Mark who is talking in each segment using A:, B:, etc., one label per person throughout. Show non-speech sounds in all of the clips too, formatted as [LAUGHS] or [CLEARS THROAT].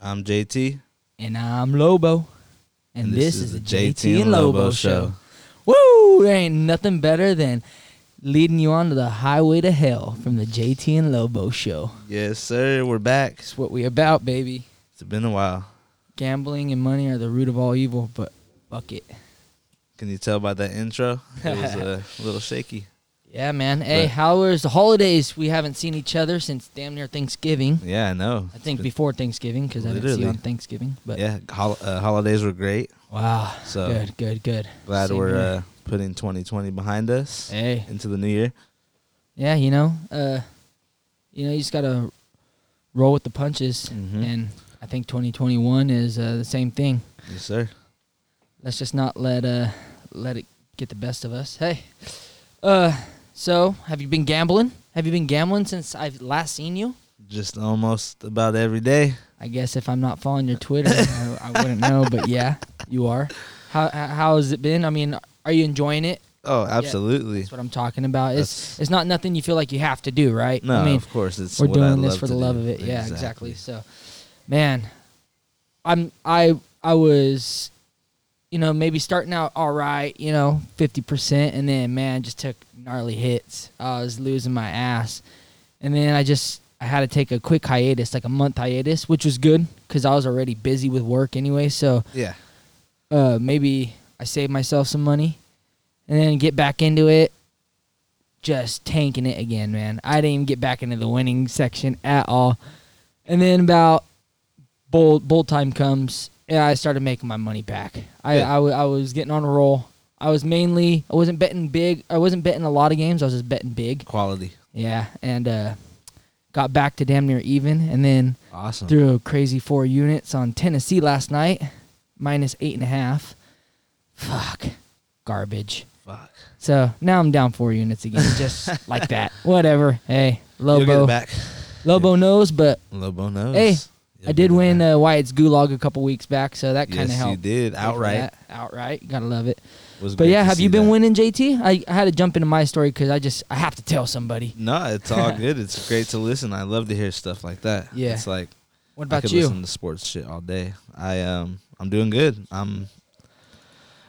A: I'm JT.
B: And I'm Lobo. And, this, is, the JT, and Lobo, show. Woo! There ain't nothing better than leading you on to the highway to hell from the JT and Lobo show.
A: Yes, sir. We're back.
B: It's what we about, baby.
A: It's been a while.
B: Gambling and money are the root of all evil, but fuck it.
A: Can you tell by that intro? It was uh, a little shaky.
B: Yeah, man. Hey,
A: But-
B: how was the holidays? We haven't seen each other since damn near Thanksgiving.
A: Yeah, I know.
B: I think
A: It's
B: before Thanksgiving because I didn't see you
A: Literally.
B: on Thanksgiving. But
A: been- yeah, hol- uh, holidays were great.
B: wow,
A: So
B: good, good, good.
A: glad
B: Same
A: we're
B: here.
A: uh, putting 2020 behind us
B: hey,
A: into the new year.
B: yeah, you know, uh, you know, you just gotta roll with the punches,
A: Mhm.
B: and I think 2021 is uh, the same thing.
A: Yes, sir.
B: Let's just not let uh let it get the best of us. Hey, uh, so have you been gambling? Have you been gambling since I've last seen you?
A: Just almost about every day.
B: I guess if I'm not following your Twitter, I, I wouldn't know. But yeah, you are. How h- how has it been? I mean, are you enjoying it?
A: Oh, absolutely.
B: That's what I'm talking about. It's
A: That's-
B: it's not nothing you feel like you have to do, right?
A: no,
B: I mean,
A: of course it's.
B: we're
A: what I
B: doing this
A: love
B: for
A: to
B: the love
A: do.
B: of it. Yeah, exactly. So, man, I'm I I was, you know, maybe starting out all right, you know, fifty percent, and then man, just took gnarly hits. I was losing my ass, and then I just I had to take a quick hiatus, like a month hiatus, which was good because I was already busy with work anyway. So
A: Yeah,
B: uh, maybe I save myself some money and then get back into it. Just tanking it again, man. I didn't even get back into the winning section at all. And then about bull bull time comes, and I started making my money back. I,
A: Yeah.
B: I, wa- I was getting on a roll. I was mainly I wasn't betting big. I wasn't betting a lot of games. I was just betting big.
A: quality,
B: Yeah, and uh, got back to damn near even. And then
A: awesome.
B: threw a crazy four units on Tennessee last night, minus eight and a half. Fuck, garbage.
A: Fuck.
B: So now I'm down four
A: [LAUGHS]
B: units again, just like that. Whatever. Hey,
A: You'll get it
B: Lobo.
A: back.
B: Lobo knows, but
A: Lobo knows.
B: Hey,
A: You'll
B: I did
A: get it
B: win
A: back.
B: uh, Wyatt's Gulag a couple weeks back, so that kind of
A: yes, you
B: helped.
A: did
B: pay for
A: outright.
B: that. Outright, gotta love it.
A: Was
B: But
A: great
B: yeah,
A: to
B: have
A: see
B: you been
A: that.
B: winning, JT? I, I had to jump into my story because I just I have to tell somebody.
A: No, it's
B: [LAUGHS]
A: all good. It's great to listen. I love to hear stuff like that.
B: Yeah.
A: it's like
B: What
A: I
B: about
A: could
B: you?
A: listen to sports shit all day. I um, I'm doing good. I'm.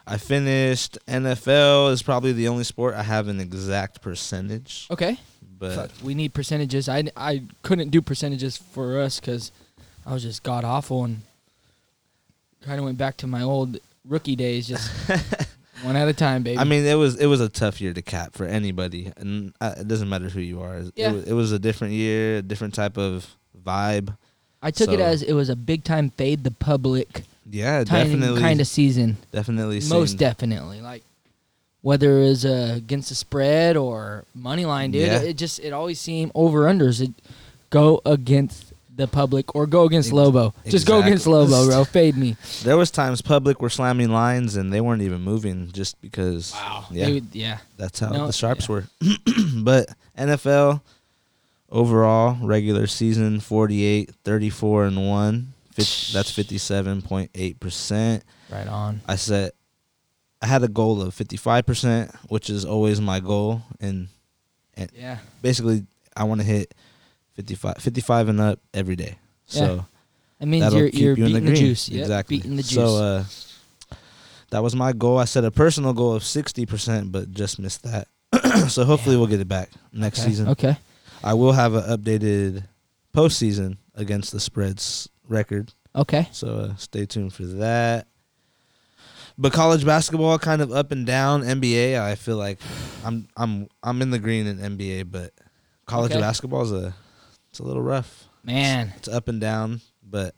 A: I finished NFL is probably the only sport I have an exact percentage,
B: Okay.
A: but
B: Oh, Fuck, we need percentages. I, I couldn't do percentages for us because I was just god awful and kind of went back to my old rookie
A: [LAUGHS]
B: days, just one at a time, baby.
A: I mean it was it was a tough year to cap for anybody, and uh, it doesn't matter who you are. It,
B: Yeah.
A: wa- it was a different year, a different type of vibe.
B: I took it
A: so-
B: as it was a big time fade the public
A: Yeah, definitely,
B: kind of season,
A: definitely,
B: most
A: seemed-
B: definitely. Like whether it was uh, against the spread or money line, dude,
A: Yeah.
B: it, just it always seemed over unders. It go against the public or go against
A: Ex-
B: Lobo. Just go against
A: exactly.
B: Lobo,
A: [LAUGHS]
B: bro. Fade me.
A: There was times public were slamming lines and they weren't even moving just because.
B: Wow.
A: Yeah.
B: yeah.
A: That's how
B: No,
A: the sharps
B: yeah.
A: were. [CLEARS THROAT] but NFL overall regular season 48, 34 and 1. Fif- That's 57.8%.
B: Right on.
A: I set I had a goal of 55%, which is always my goal and
B: Yeah.
A: basically I want to hit 55 55 and up every day. So
B: That means
A: That'll
B: you're
A: keep
B: you're
A: you in
B: beating the,
A: green.
B: juice. Yep,
A: Exactly.
B: beating the juice.
A: So uh, that was my goal. I set a personal goal of sixty percent, but just missed that. [CLEARS THROAT] so hopefully we'll get it back next
B: okay.
A: season.
B: Okay.
A: I will have an updated postseason against the spreads record.
B: Okay.
A: So uh, stay tuned for that. But college basketball kind of up and down. NBA, I feel like I'm I'm I'm in the green in NBA, but college
B: Okay.
A: basketball is a it's a little rough.
B: Man,
A: It's up and down, but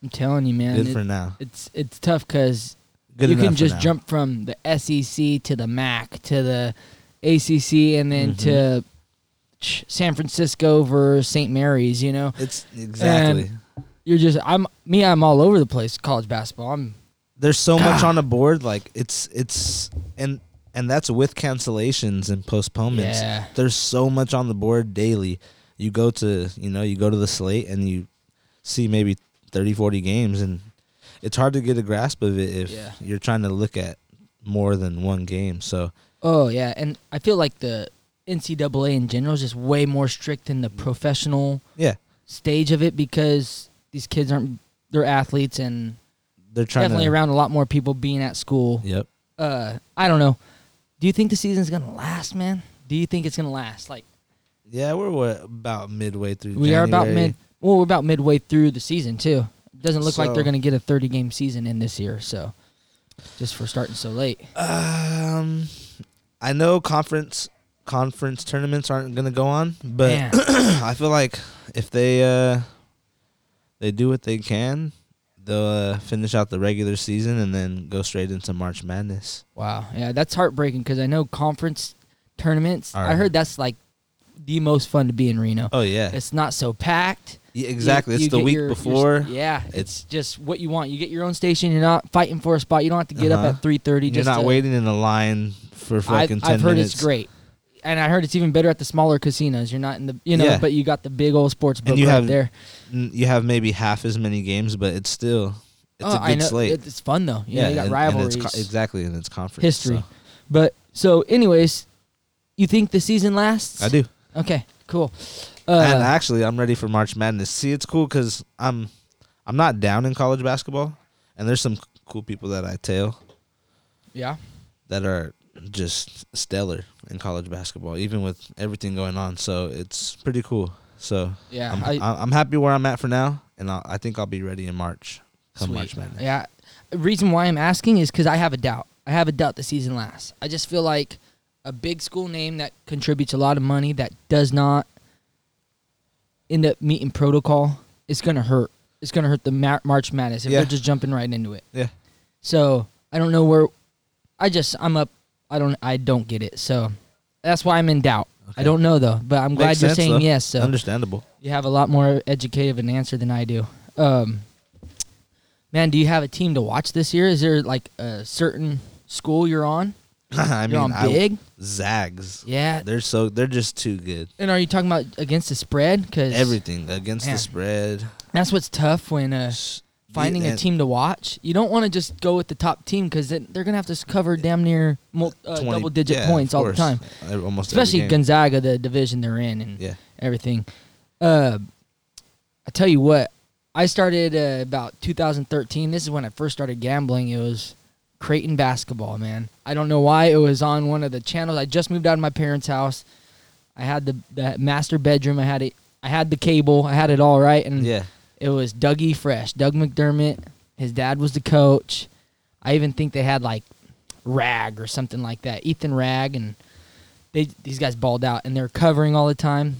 B: I'm telling you, man,
A: good
B: it-
A: for now.
B: it's it's tough because
A: Good
B: you
A: enough
B: can
A: for
B: just
A: now.
B: jump from the SEC to the MAC to the ACC and then
A: Mm-hmm.
B: to sh- San Francisco versus St. Mary's. You know,
A: It's exactly.
B: you're just I'm me. I'm all over the place. College basketball. I'm
A: There's so much on the board. Like it's it's and and that's with cancellations and postponements.
B: Yeah.
A: There's so much on the board daily. You go to you know you go to the slate and you see maybe 30, 40 games, and it's hard to get a grasp of it if
B: Yeah.
A: you're trying to look at more than one game. So
B: Oh yeah, and I feel like the NCAA in general is just way more strict than the professional
A: yeah,
B: stage of it because these kids aren't they're athletes and
A: They're trying
B: definitely
A: to.
B: around a lot more people being at school.
A: Yep.
B: Uh, I don't know. Do you think the season's gonna last, man? Do you think it's gonna last? Like
A: Yeah, we're what, about midway through.
B: we are about
A: January.
B: mid. Well, we're about midway through the season too. It doesn't look like
A: So-
B: they're gonna get a 30 game season in this year. So just for starting so late,
A: Um, I know conference conference tournaments aren't gonna go on, but
B: man.
A: [CLEARS THROAT]
B: [COUGHS]
A: I feel like if they uh they do what they can, they'll uh, finish out the regular season and then go straight into March Madness.
B: Wow, yeah, that's heartbreaking because I know conference tournaments.
A: All
B: I
A: right.
B: heard that's like the most fun to be in Reno.
A: Oh yeah,
B: It's not so packed.
A: yeah exactly.
B: You-
A: it's
B: you
A: the
B: get
A: week
B: your- your-
A: before.
B: yeah, it's,
A: It's-
B: just what you want. You get your own station. You're not fighting for a spot. You don't have to get
A: Uh-huh.
B: up at three thirty.
A: You're
B: Just
A: not
B: to-
A: waiting in a line for
B: I,
A: fucking ten
B: I've heard
A: minutes.
B: it's great, and I heard it's even better at the smaller casinos. You're not in the you know,
A: Yeah.
B: but you got the big old sports book
A: you
B: right
A: have
B: there.
A: N- You have maybe half as many games, but it's still it's
B: Oh,
A: a
B: I
A: good
B: know,
A: slate.
B: it- It's fun though. You know, you
A: and-
B: got
A: and
B: rivalries,
A: it's co- exactly, and it's conference
B: history.
A: so.
B: But so, anyways, you think the season lasts?
A: I do.
B: Okay, cool. Uh,
A: and actually, I'm ready for March Madness. See, it's cool because I'm I'm not down in college basketball, and there's some c- cool people that I tail
B: yeah.
A: that are just stellar in college basketball, even with everything going on. So it's pretty cool. So
B: Yeah,
A: I'm,
B: I-
A: I, I'm happy where I'm at for now, and I'll, I think I'll be ready in March. Come
B: Sweet.
A: March Madness.
B: Yeah. The reason why I'm asking is because I have a doubt. I have a doubt the season lasts. I just feel like a big school name that contributes a lot of money that does not end up meeting protocol, it's going to hurt. It's going to hurt the Mar- March Madness if
A: Yeah.
B: they're just jumping right into it.
A: Yeah.
B: So I don't know where. I just I'm up. I don't I don't get it. So that's why I'm in doubt. I
A: Okay.
B: don't know though, but I'm glad
A: Makes
B: you're
A: sense,
B: saying
A: though.
B: yes. So
A: Understandable. [LAUGHS]
B: you have a lot more educated an answer than I do. Um, man, do you have a team to watch this year? Is there like a certain school you're on?
A: I mean,
B: you're on
A: I-
B: big.
A: Zags.
B: yeah.
A: They're so they're just too good.
B: And are you talking about against the spread? Because
A: Everything against
B: Man.
A: the spread.
B: that's what's tough when uh,
A: S-
B: finding a
A: and-
B: team to watch. You don't want to just go with the top team because they're going to have to cover damn near mul- uh,
A: 20
B: double digit
A: yeah, of
B: points all the
A: course.
B: time,
A: Uh, Almost every
B: especially
A: game.
B: Gonzaga, the division they're in, and
A: Yeah.
B: everything. Uh, I tell you what, I started uh, about 2013. This is when I first started gambling. It was Creighton basketball, man. I don't know why it was on one of the channels. I just moved out of my parents' house. I had the, the master bedroom. I had it. I had the cable. I had it all right, and
A: Yeah.
B: it was Dougie Fresh, Doug McDermott. His dad was the coach. I even think they had like Rag or something like that, Ethan Rag, and they these guys balled out and they're covering all the time.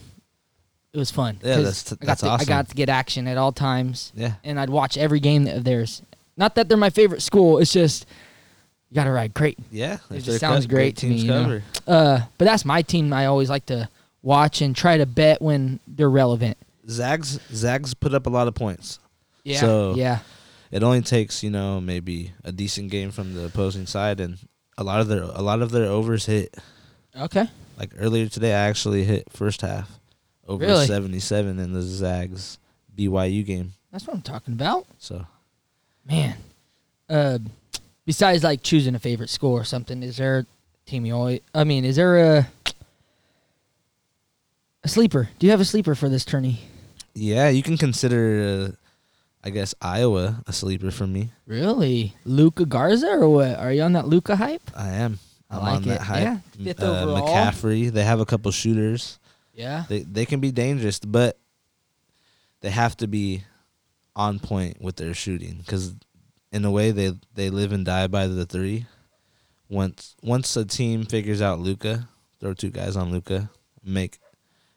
B: It was fun.
A: Yeah,
B: 'cause
A: that's-
B: I got
A: that's
B: to, I
A: awesome.
B: got to get action at all times,
A: Yeah.
B: and I'd watch every game of theirs. Not that they're my favorite school. It's just you got to ride Creighton.
A: Yeah.
B: It
A: if
B: just
A: they're
B: sounds
A: cut,
B: great to me,
A: teams
B: you know?
A: cover.
B: Uh, but that's my team. I always like to watch and try to bet when they're relevant.
A: Zags Zags put up a lot of points.
B: Yeah,
A: So-
B: yeah.
A: It only takes you know maybe a decent game from the opposing side, and a lot of their a lot of their overs hit.
B: Okay.
A: Like earlier today, I actually hit first half over
B: Really?
A: seventy seven in the Zags BYU game.
B: That's what I'm talking about.
A: So
B: Man, uh, besides like choosing a favorite school or something, is there a team you always? I mean, is there a a sleeper? Do you have a sleeper for this tourney?
A: yeah, you can consider, uh, I guess Iowa a sleeper for me.
B: Really, Luca Garza or what? Are you on that Luca hype?
A: I am.
B: I
A: I'm
B: like
A: on that
B: it.
A: hype.
B: Yeah, fifth
A: uh,
B: overall.
A: McCaffrey. They have a couple shooters.
B: Yeah,
A: They they can be dangerous, but they have to be on point with their shooting because in a way they they live and die by the three. Once once a team figures out Luca, throw two guys on Luca, make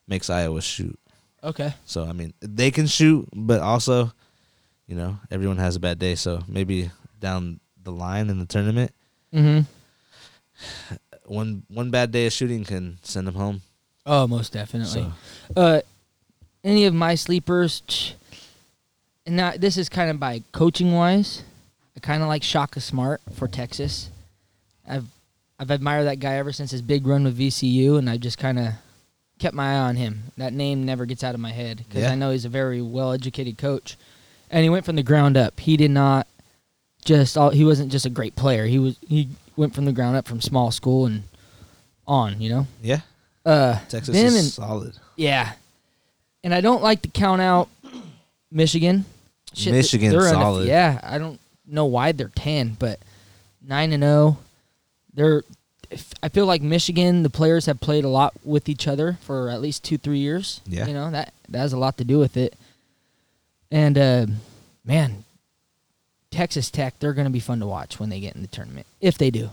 A: makes Iowa shoot.
B: okay.
A: So I mean they can shoot, but also, you know, everyone has a bad day. So maybe down the line in the tournament,
B: Mm-hmm.
A: one one bad day of shooting can send them home.
B: Oh, most definitely.
A: So
B: uh, any of my sleepers, tch, and now this is kind of by coaching wise. I kind of like Shaka Smart for Texas. I've I've admired that guy ever since his big run with VCU, and I've just kind of kept my eye on him. That name never gets out of my head because
A: Yeah.
B: I know he's a very well educated coach, and he went from the ground up. He did not just all, he wasn't just a great player. He was he went from the ground up from small school and on. You know,
A: yeah,
B: uh,
A: Texas
B: them
A: is
B: and-
A: solid.
B: yeah. And I don't like to count out Michigan. th-
A: Michigan's
B: they're unaff-
A: solid.
B: yeah, I don't know why they're ten, but nine and zero. They're. if- I feel like Michigan. The players have played a lot with each other for at least two, three years.
A: Yeah.
B: you know that that has a lot to do with it. And uh, man, Texas Tech, they're going to be fun to watch when they get in the tournament if they do.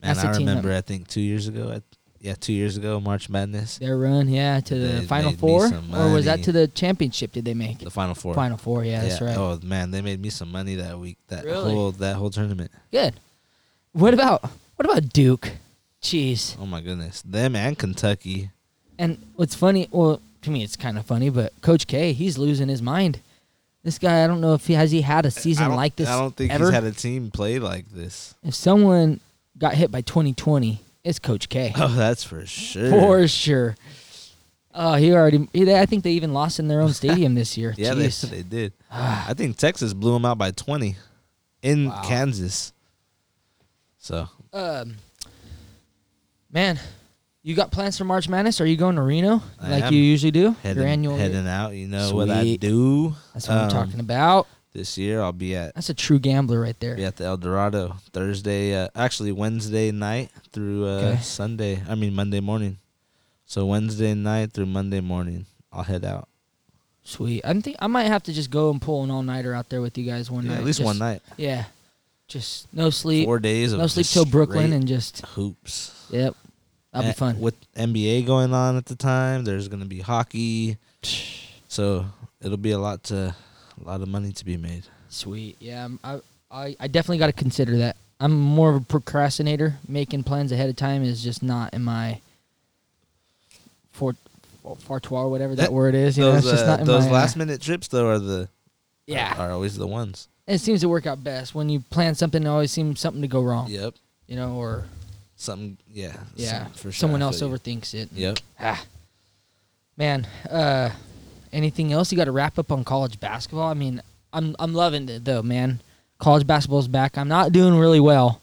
A: Man,
B: That's
A: I
B: a team that-
A: remember I think two years ago. I, yeah, two years ago, March Madness,
B: Their run, yeah, to the
A: They
B: final
A: made me
B: four,
A: some
B: or was that
A: money.
B: to the championship? Did they make
A: the Final Four.
B: final four? Yeah, that's right.
A: Oh man, they made me some money that week. That
B: Really?
A: whole that whole tournament.
B: Good. What about what about Duke? Jeez.
A: Oh my goodness, them and Kentucky.
B: And what's funny, well, to me it's kind of funny, but Coach K, he's losing his mind. This guy, I don't know if he has he had a
A: I
B: season
A: don't-
B: like this
A: I don't think
B: ever.
A: he's had a team play like this. [LAUGHS]
B: if someone got hit by 2020, it's
A: [LAUGHS]
B: Coach K
A: Oh, that's for sure.
B: for sure. Oh, he already. He, I think they even lost in their
A: [LAUGHS]
B: own stadium this year.
A: yeah, they,
B: Jeez.
A: they did. I think Texas blew them out by twenty in
B: Ah. Wow.
A: Kansas. So
B: um, man, you got plans for March Madness? Are you going to Reno
A: I
B: like
A: am.
B: you usually do?
A: heading,
B: Your annual.
A: heading out, you know what I
B: Sweet.
A: do.
B: That's what
A: Um,
B: I'm talking about.
A: This year I'll be at
B: That's a true gambler right there.
A: be at the El Dorado Thursday, uh, actually Wednesday night through uh,
B: Okay.
A: Sunday. I mean Monday morning. So Wednesday night through Monday morning, I'll head out.
B: Sweet. I'm think I might have to just go and pull an all nighter out there with you guys one
A: Yeah,
B: night.
A: at least
B: Just-
A: one night,
B: Yeah. Just no sleep.
A: four days of
B: No sleep
A: just
B: till Brooklyn
A: straight
B: and just
A: hoops.
B: yep. That'll be
A: And
B: fun.
A: With NBA going on at the time, there's gonna be
B: [SIGHS]
A: hockey, so it'll be a lot to a lot of money to be made.
B: Sweet. Yeah. I'm- I I, I definitely got to consider that. I'm more of a procrastinator. Making plans ahead of time is just not in my for fortois, whatever that,
A: That-
B: word is. You know,
A: Eh, those
B: it's just
A: uh,
B: not in
A: those
B: my,
A: last minute trips though are the
B: Yeah.
A: are, are always the ones.
B: It seems to work out best when you plan something. It always seems something to go wrong.
A: Yep,
B: You know, or
A: something yeah
B: yeah,
A: some- for sure.
B: someone
A: I
B: else
A: feel you.
B: overthinks it.
A: Yep.
B: Ah. Man, uh, anything else you got to wrap up on college basketball? I mean, I'm I'm loving it though, man. College basketball's back. I'm not doing really well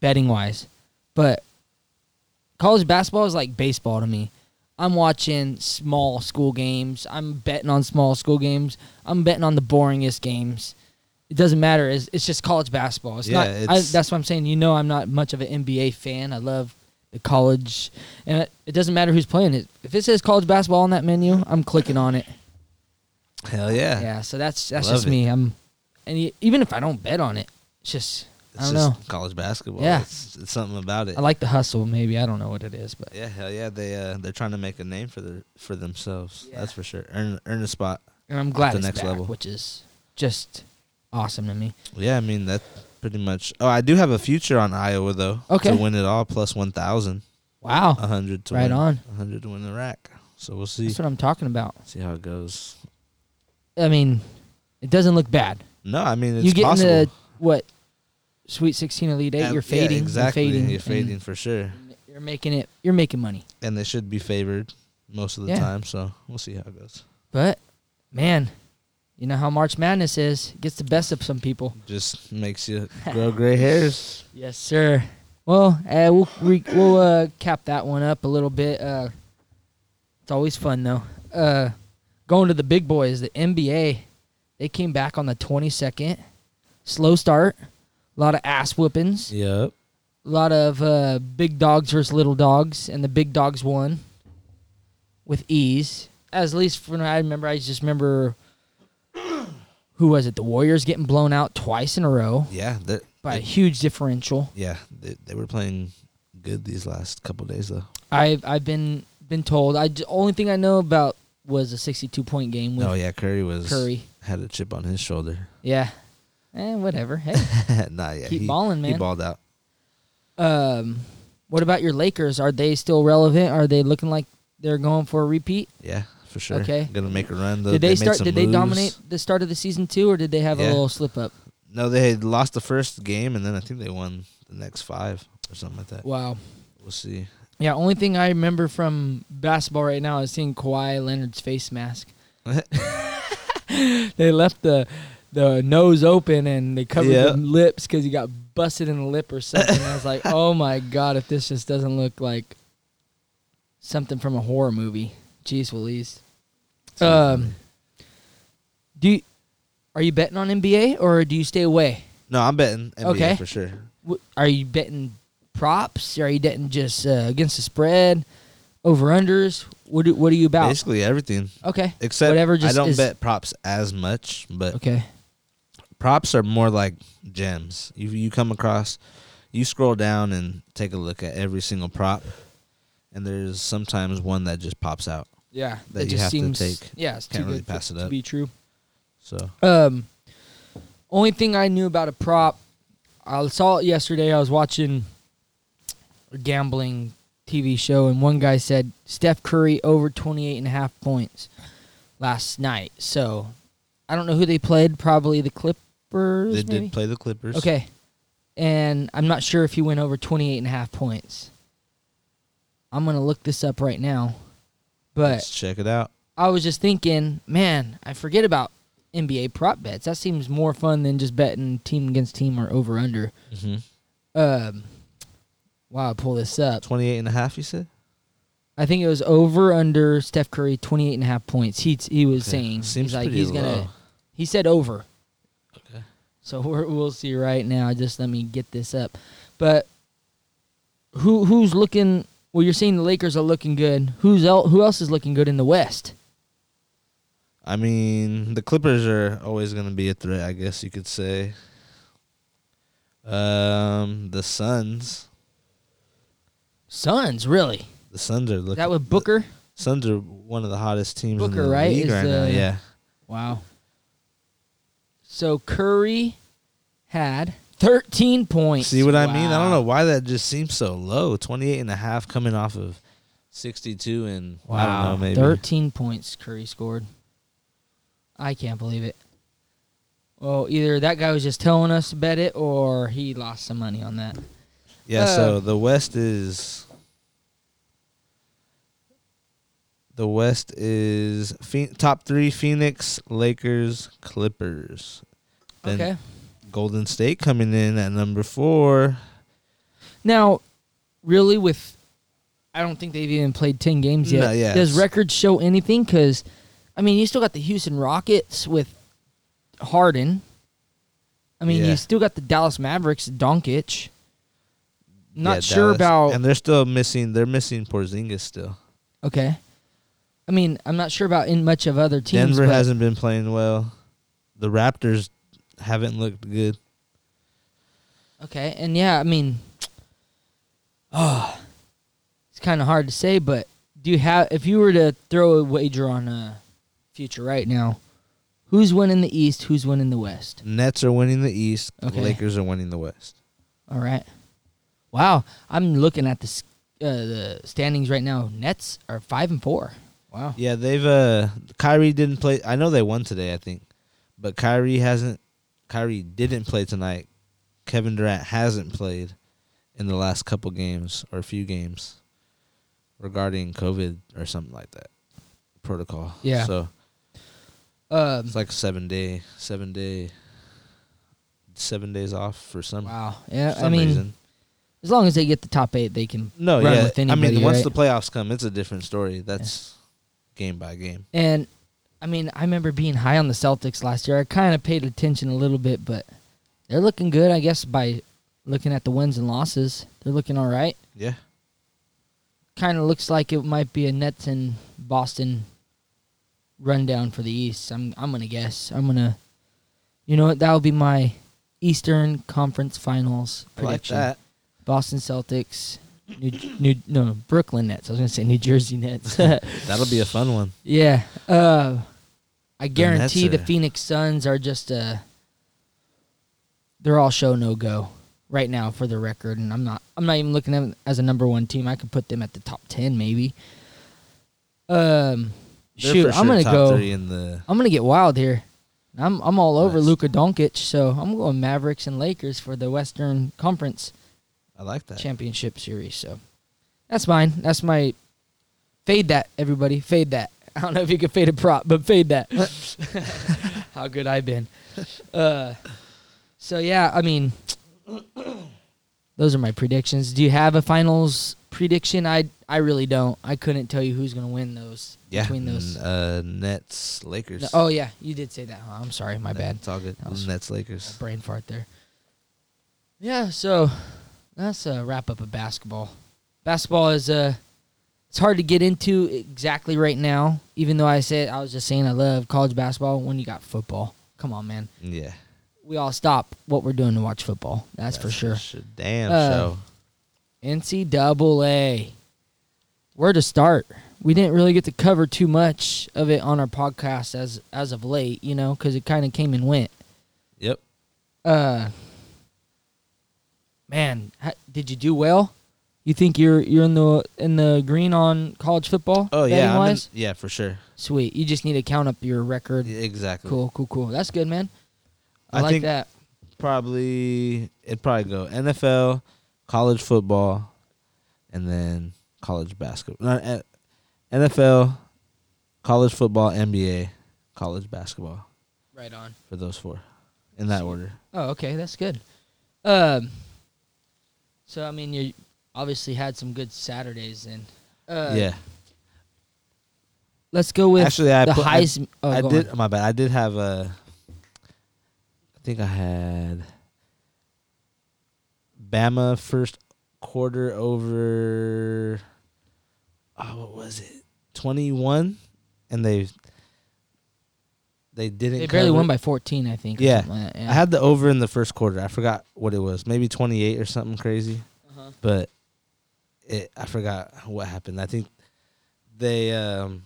B: betting wise, but college basketball is like baseball to me. I'm watching small school games. I'm betting on small school games. I'm betting on the boringest games. It doesn't matter. It's, it's just college basketball. It's
A: Yeah,
B: not. I,
A: it's-
B: that's what I'm saying. You know, I'm not much of an NBA fan. I love the college, and it, it doesn't matter who's playing it. If it says college basketball on that menu, I'm clicking on it.
A: Hell yeah.
B: Yeah. So that's that's
A: Love
B: just
A: it.
B: me. I'm, and e- even if I don't bet on it, it's just I
A: It's
B: don't
A: just
B: know.
A: college basketball.
B: Yeah.
A: It's, it's something about it.
B: I like the hustle. Maybe I don't know what it is, but
A: yeah, hell yeah. They uh, they're trying to make a name for their for themselves.
B: Yeah.
A: That's for sure. Earn earn a spot.
B: and I'm glad
A: the
B: it's
A: next
B: back,
A: level.
B: which is just awesome to me.
A: Yeah, I mean that pretty much. Oh, I do have a future on Iowa though.
B: Okay.
A: To win it all plus one thousand.
B: Wow.
A: A hundred to
B: Right
A: win.
B: on.
A: A hundred to win the rack. So we'll see
B: That's what I'm talking about.
A: see how it goes.
B: I mean, it doesn't look bad.
A: No, I mean it's
B: you get
A: possible.
B: in the what Sweet 16 Elite Eight,
A: Uh,
B: you're
A: yeah,
B: fading,
A: exactly.
B: you're fading,
A: You're
B: and
A: fading for sure,
B: You're making it. You're making money.
A: and they should be favored most of the
B: Yeah.
A: time. So we'll see how it goes.
B: But man, you know how March Madness is. It gets the best of some people.
A: Just makes you grow gray
B: [LAUGHS]
A: hairs.
B: Yes, sir. Well, uh, we'll re- we'll uh, cap that one up a little bit. Uh, it's always fun though. Uh, going to the big boys, the NBA. They came back on the 22nd. Slow start. A lot of ass whoopings.
A: Yep.
B: a lot of uh, big dogs versus little dogs, and the big dogs won with ease. As at least from what I remember, I just remember who was it? The Warriors getting blown out twice in a row
A: Yeah. they're-
B: by a
A: they-
B: huge differential.
A: yeah, they, they were playing good these last couple days though.
B: I've I've been been told. I j- only thing I know about was a sixty-two point game with
A: oh yeah, Curry was
B: Curry.
A: had a chip on his shoulder. [LAUGHS]
B: Yeah, eh, whatever. Hey,
A: nah, [LAUGHS] yeah,
B: keep
A: he,
B: balling,
A: he
B: man.
A: balled out.
B: um, what about your Lakers? Are they still relevant? Are they looking like they're going for a repeat?
A: Yeah, for sure.
B: Okay.
A: gonna make a run though.
B: did they,
A: made
B: start?
A: some
B: Did they
A: moves.
B: dominate the start of the season too, or did they have a
A: Yeah.
B: little slip up?
A: No, they had lost the first game, and then I think they won the next five or something like that.
B: Wow.
A: We'll see.
B: Yeah. Only thing I remember from basketball right now is seeing Kawhi Leonard's face mask. [LAUGHS] they left the the nose open and they covered
A: Yeah.
B: the lips because he got busted in the lip or something. I was like, oh my god, if this just doesn't look like something from a horror movie, jeez, Louise. Um, do you, Are you betting on NBA or do you stay away?
A: No, I'm betting NBA
B: Okay.
A: for sure.
B: Wh- Are you betting props? Are you betting just uh, against the spread, over unders? What do, what are you about?
A: Basically everything
B: okay.
A: except
B: Whatever
A: I
B: just
A: don't
B: is-
A: bet props as much, but
B: Okay.
A: props are more like gems. You you come across, you scroll down and take a look at every single prop, and there's sometimes one that just pops out.
B: Yeah.
A: that you
B: just
A: have to
B: seems
A: take.
B: yeah, it's
A: Can't
B: too
A: really
B: good for-
A: pass it
B: to
A: up.
B: be true.
A: So
B: Um, only thing I knew about a prop, I saw it yesterday. I was watching a gambling TV show, and one guy said Steph Curry over 28 and a half points last night. So I don't know who they played. Probably the Clippers.
A: they
B: maybe?
A: did play the Clippers.
B: Okay. And I'm not sure if he went over 28 and a half points. I'm going to look this up right now. But
A: let's check it out.
B: I was just thinking, man, I forget about NBA prop bets. That seems more fun than just betting team against team or over under.
A: Mm-hmm.
B: Um, wow, I pull this up.
A: 28 and a half, you said?
B: I think it was over under Steph Curry 28 and a half points. He he was
A: Okay.
B: saying
A: Seems
B: he's like
A: pretty
B: he's going
A: low.
B: to he said over.
A: Okay.
B: So [LAUGHS] we're, we'll see right now. Just let me get this up. But who who's looking well you're seeing the Lakers are looking good. Who's el- who else is looking good in the West?
A: I mean, the Clippers are always going to be a threat, I guess you could say. Um, the Suns,
B: Suns, really.
A: the Suns are looking.
B: that with Booker?
A: the Suns are one of the hottest teams in
B: Booker,
A: the
B: right,
A: league
B: is
A: right now.
B: the-
A: Yeah,
B: Wow. So Curry had 13 points.
A: see what I mean? I
B: Wow.
A: don't know why that just seems so low. 28 and a half coming off of 62 and I don't know maybe.
B: 13 points Curry scored. I can't believe it. Well, either that guy was just telling us to bet it or he lost some money on that.
A: Yeah,
B: Uh,
A: so the West is the West is Phoe- top three: Phoenix, Lakers, Clippers. Then
B: okay.
A: Golden State coming in at number four.
B: Now, really with I don't think they've even played 10 games yet.
A: No, yeah,
B: Does
A: it's-
B: records show anything cuz I mean, you still got the Houston Rockets with Harden. I mean,
A: Yeah.
B: you still got the Dallas Mavericks Doncic. Not
A: Yeah,
B: sure
A: Dallas.
B: about
A: and they're still missing. They're missing Porzingis still.
B: Okay. I mean, I'm not sure about in much of other teams.
A: Denver
B: but
A: hasn't been playing well. The Raptors haven't looked good.
B: Okay, and yeah, I mean, [SIGHS] oh, it's kind of hard to say, but do you have if you were to throw a wager on uh, future right now, who's winning the East? Who's winning the West?
A: Nets are winning the East.
B: Okay.
A: Lakers are winning the West.
B: All right. Wow, I'm looking at the s- uh, the standings right now. Nets are five and four. Wow.
A: Yeah, they've uh Kyrie didn't play I know they won today, I think. But Kyrie hasn't Kyrie didn't play tonight. Kevin Durant hasn't played in the last couple games or a few games regarding COVID or something like that. Protocol.
B: Yeah.
A: So
B: Um,
A: it's like a seven day seven day seven days off for some,
B: wow. Yeah.
A: some
B: I mean,
A: reason.
B: as long as they get the top eight, they can
A: No,
B: run
A: yeah.
B: with
A: I
B: anybody,
A: mean once
B: right?
A: the playoffs come, it's a different story. That's game by game.
B: And I mean, I remember being high on the Celtics last year. I kind of paid attention a little bit, but they're looking good, I guess, by looking at the wins and losses. They're looking all right.
A: Yeah.
B: Kind of looks like it might be a Nets and Boston rundown for the East. I'm I'm gonna guess. I'm gonna, you know what? That'll be my Eastern Conference Finals
A: I Like
B: prediction.
A: that.
B: Boston Celtics, New, New no Brooklyn Nets. I was gonna say New
A: [LAUGHS]
B: Jersey Nets. [LAUGHS]
A: That'll be a fun one.
B: Yeah. Uh, I guarantee the
A: a-
B: Phoenix Suns are just uh They're all show no go right now for the record, and I'm not. I'm not even looking at them as a number one team. I could put them at the top ten, maybe. Um,
A: They're
B: shoot,
A: for
B: I'm
A: sure
B: gonna
A: top
B: go.
A: three in the
B: I'm gonna get wild here. I'm I'm all over
A: Nice.
B: Luka Doncic, so I'm going Mavericks and Lakers for the Western Conference
A: I like that.
B: Championship Series. So that's mine. That's my fade that everybody fade that. [LAUGHS] I don't know if you can fade a prop, but fade that. [LAUGHS] How good I've been. Uh, so yeah, I mean, [CLEARS THROAT] Those are my predictions. Do you have a finals prediction? I I really don't. I couldn't tell you who's gonna win those
A: Yeah.
B: between those.
A: n- uh, Nets, Lakers.
B: No, oh yeah, you did say that. Huh? I'm sorry, my
A: No,
B: bad.
A: It's all good.
B: That was-
A: Nets, Lakers.
B: Brain fart there. Yeah, so that's a wrap up of basketball. Basketball is uh it's hard to get into exactly right now. Even though I said I was just saying I love college basketball when you got football. Come on, man.
A: Yeah.
B: We all stop what we're doing to watch football. That's, for sure.
A: Damn
B: Uh,
A: show.
B: NCAA. Where to start? We didn't really get to cover too much of it on our podcast as as of late, you know, because it kind of came and went.
A: Yep.
B: Uh, man, ha did you do well? You think you're you're in the in the green on college football?
A: Oh yeah. I'm in-
B: wise?
A: yeah, for sure.
B: Sweet. You just need to count up your record.
A: Yeah, exactly.
B: Cool, cool, cool. That's good, man. I,
A: I
B: like
A: think-
B: that.
A: Probably it'd probably go NFL, college football, and then college basketball. Not uh, NFL, college football, NBA, college basketball
B: Right on.
A: for those four, in that order.
B: Oh, okay, that's good. Um, so I mean, you obviously had some good Saturdays, and uh,
A: yeah.
B: Let's go with
A: Actually, I
B: the
A: put- I-
B: highest. oh,
A: I
B: go
A: did.
B: on.
A: My bad. I did have a. I think I had. Bama first quarter over. Oh, what was it? Twenty one, and they. They didn't.
B: They barely
A: cover.
B: won by 14, I think. or
A: Yeah.
B: something like that, yeah.
A: I had the over in the first quarter. I forgot what it was. Maybe twenty eight or something crazy.
B: Uh-huh.
A: But, it. I forgot what happened. I think, they um.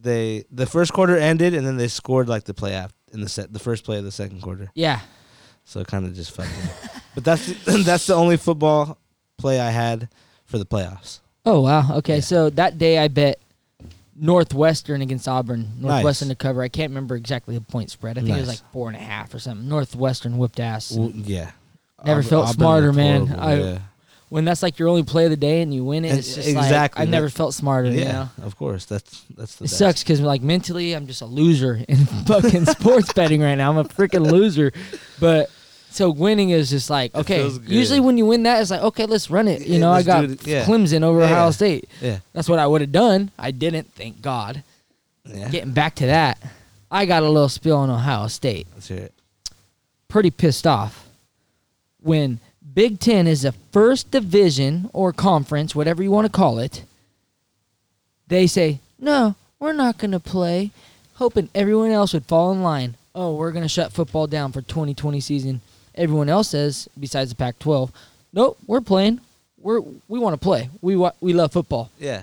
A: They the first quarter ended and then they scored like the play after in the set the first play of the second quarter.
B: yeah.
A: So it kind of just fucked me.
B: [LAUGHS]
A: But that's the, [CLEARS THROAT] that's the only football play I had for the playoffs.
B: Oh wow. Okay,
A: Yeah.
B: so that day I bet Northwestern against Auburn.
A: Nice.
B: Northwestern to cover. I can't remember exactly the point spread. I think it was
A: Nice.
B: like four and a half or something. Northwestern whipped ass.
A: Well, yeah.
B: Never
A: Auburn-
B: felt
A: Auburn
B: smarter,
A: looked
B: man.
A: horrible,
B: I-
A: yeah.
B: When that's like your only play of the day and you win it,
A: And-
B: it's just like
A: exactly.
B: I never
A: That-
B: felt smarter.
A: yeah,
B: You know?
A: of course. That's that's the
B: It
A: best.
B: sucks because like mentally I'm just a loser in [LAUGHS] fucking sports betting right now. I'm a freaking loser, but. So winning is just like okay.
A: feels good.
B: Usually when you win that, it's like okay, let's run it. You
A: Yeah,
B: know, I
A: let's
B: got
A: do it. Yeah.
B: Clemson over
A: Yeah.
B: Ohio State.
A: Yeah.
B: That's what I would have done. I didn't, thank God.
A: Yeah.
B: Getting back to that, I got a little spill on Ohio State.
A: Let's hear it.
B: Pretty pissed off when Big Ten is the first division or conference, whatever you want to call it. They say, no, we're not going to play, hoping everyone else would fall in line. Oh, we're going to shut football down for 2020 season. Everyone else says, besides the Pac 12, nope, we're playing. We're, we want to play. We, wa- we love football.
A: Yeah.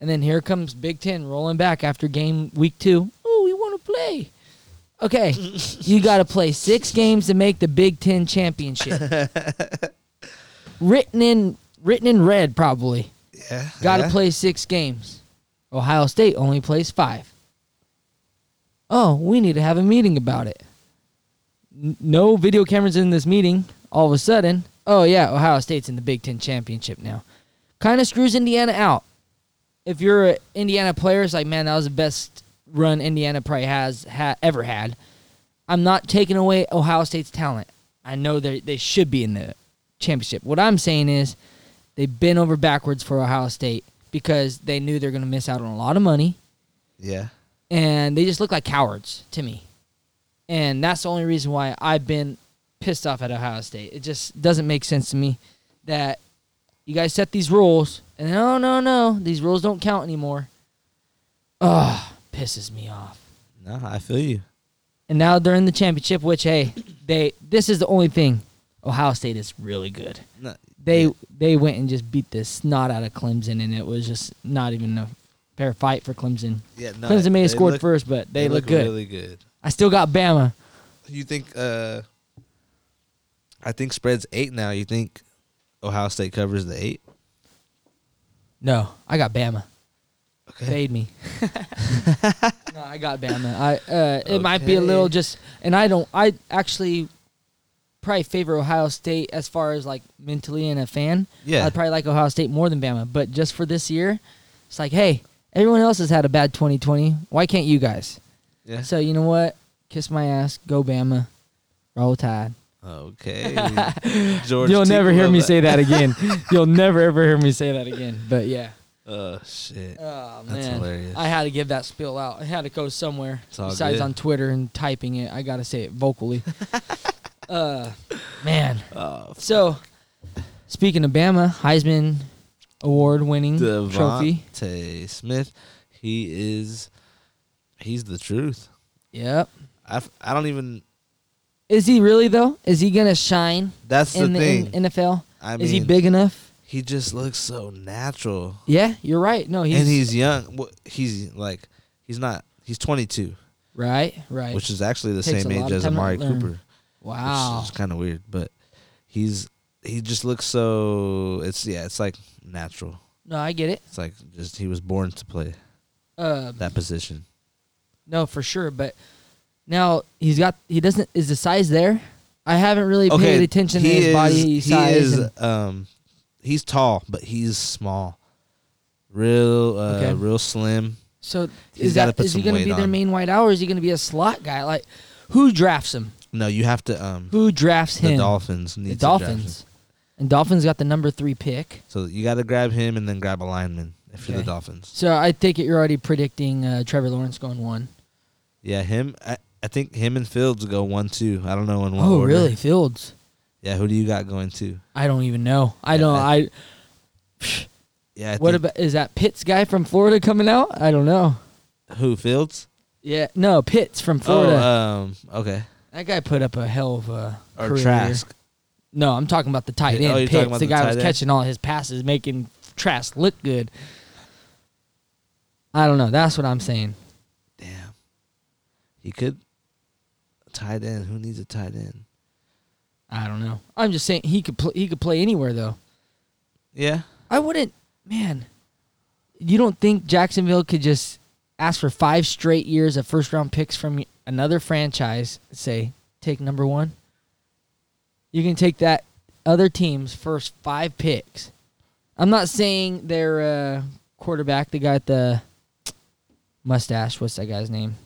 B: And then here comes Big Ten rolling back after game week two. Oh, we want to play. Okay, you got to play six games to make the Big Ten championship. written in, written in red, probably.
A: Yeah.
B: [LAUGHS] Got to
A: yeah.
B: play six games. Ohio State only plays five. Oh, we need to have a meeting about it. N- no video cameras in this meeting. All of a sudden, oh yeah, Ohio State's in the Big Ten championship now. Kind of screws Indiana out. If you're an Indiana player, it's like, man, that was the best run Indiana probably has ha- ever had. I'm not taking away Ohio State's talent. I know they they should be in the championship. What I'm saying is they bent over backwards for Ohio State because they knew they're going to miss out on a lot of money,
A: Yeah.
B: and they just look like cowards to me. And that's the only reason why I've been pissed off at Ohio State. It just doesn't make sense to me that you guys set these rules, and then, oh no no, these rules don't count anymore. Ugh, pisses me off.
A: No, I feel you.
B: And now they're in the championship, which hey, they this is the only thing Ohio State is really good
A: No,
B: they
A: Yeah.
B: they went and just beat the snot out of Clemson, and it was just not even a fair fight for Clemson.
A: yeah. No,
B: Clemson may have
A: they
B: scored
A: look-
B: first, but they, look, good.
A: Really good.
B: I still got Bama.
A: You think? uh I think spreads eight now. You think Ohio State covers the eight?
B: No, I
A: [LAUGHS]
B: got Bama.
A: Okay.
B: Fade me. [LAUGHS] no, I got Bama. I uh, it might be a little
A: Okay.
B: just, and I don't. I actually probably favor Ohio State as far as like mentally and a fan.
A: Yeah.
B: I'd probably like Ohio State more than Bama, but just for this year, it's like, hey, everyone else has had a bad 2020. Why can't you guys?
A: yeah.
B: So you know what? Kiss my ass. Go Bama. Roll Tide.
A: Okay. George
B: [LAUGHS] You'll never
A: Tico
B: hear me
A: of-
B: say
A: [LAUGHS]
B: that again. You'll never ever hear me say that again. But yeah.
A: Oh shit.
B: Oh
A: That's
B: man.
A: hilarious.
B: I had to give that spill out. It had to go somewhere
A: It's all
B: besides
A: good.
B: on Twitter and typing it. I got to say
A: [LAUGHS]
B: it vocally. uh man.
A: oh,
B: So speaking of Bama, Heisman award winning mm, trophy.
A: Devontae Smith, he is he's the truth.
B: Yep.
A: I, f- I don't even
B: Is he really though? Is he going to shine
A: that's the,
B: in the,
A: thing.
B: in NFL?
A: I mean
B: Is he big enough?
A: he just looks so natural.
B: Yeah, you're right. No, he's,
A: and he's young. Wha- He's like he's not he's 22,
B: right, right.
A: which is actually the
B: Takes
A: same
B: a lot
A: age
B: of
A: as
B: time to
A: Amari
B: learn.
A: Cooper.
B: wow.
A: Which is kind of weird, but he's he just looks so it's yeah, it's like natural.
B: No, I get it.
A: It's like just he was born to play
B: Um,
A: that position.
B: No, for sure. But now he's got he doesn't is the size there. I haven't really paid attention to
A: he
B: his
A: is-
B: body size.
A: He is
B: and-
A: um he's tall, but he's small. Real uh
B: Okay.
A: real slim.
B: so
A: he's
B: is
A: gotta
B: that
A: put
B: is he
A: some
B: going to
A: weight
B: be their
A: on.
B: main wide out or is he going to be a slot guy? Like who drafts him?
A: No, you have to um
B: Who drafts
A: the
B: him?
A: Dolphins need
B: The
A: to draft him.
B: Dolphins. And Dolphins got the number three pick.
A: So you got to grab him and then grab a lineman if you're the
B: Okay.
A: Dolphins.
B: So I think you're already predicting uh, Trevor Lawrence going one.
A: Yeah, him. I, I think him and Fields go one two. I don't know in what
B: Oh,
A: order.
B: really? Fields?
A: Yeah. Who do you got going two?
B: I don't even know. I
A: Yeah,
B: don't.
A: I-
B: I.
A: Yeah. I
B: What
A: think-
B: about is that Pitts guy from Florida coming out? I don't know.
A: who Fields?
B: Yeah, no, Pitts from Florida.
A: Oh, um. Okay.
B: That guy put up a hell of a
A: Or
B: career.
A: Trask.
B: No, I'm talking about the tight
A: Oh,
B: end.
A: you're talking
B: Pitts,
A: about the
B: the guy
A: tight
B: was
A: end?
B: catching all his passes, making Trask look good. I don't know. That's what I'm saying.
A: Damn. He could. Tight end. Who needs a tight end?
B: I don't know. I'm just saying he could play. He could play anywhere though.
A: Yeah.
B: I wouldn't, man. You don't think Jacksonville could just ask for five straight years of first round picks from another franchise? Say, take number one. You can take that other team's first five picks. I'm not saying their uh, quarterback, the guy at the mustache. What's that guy's name?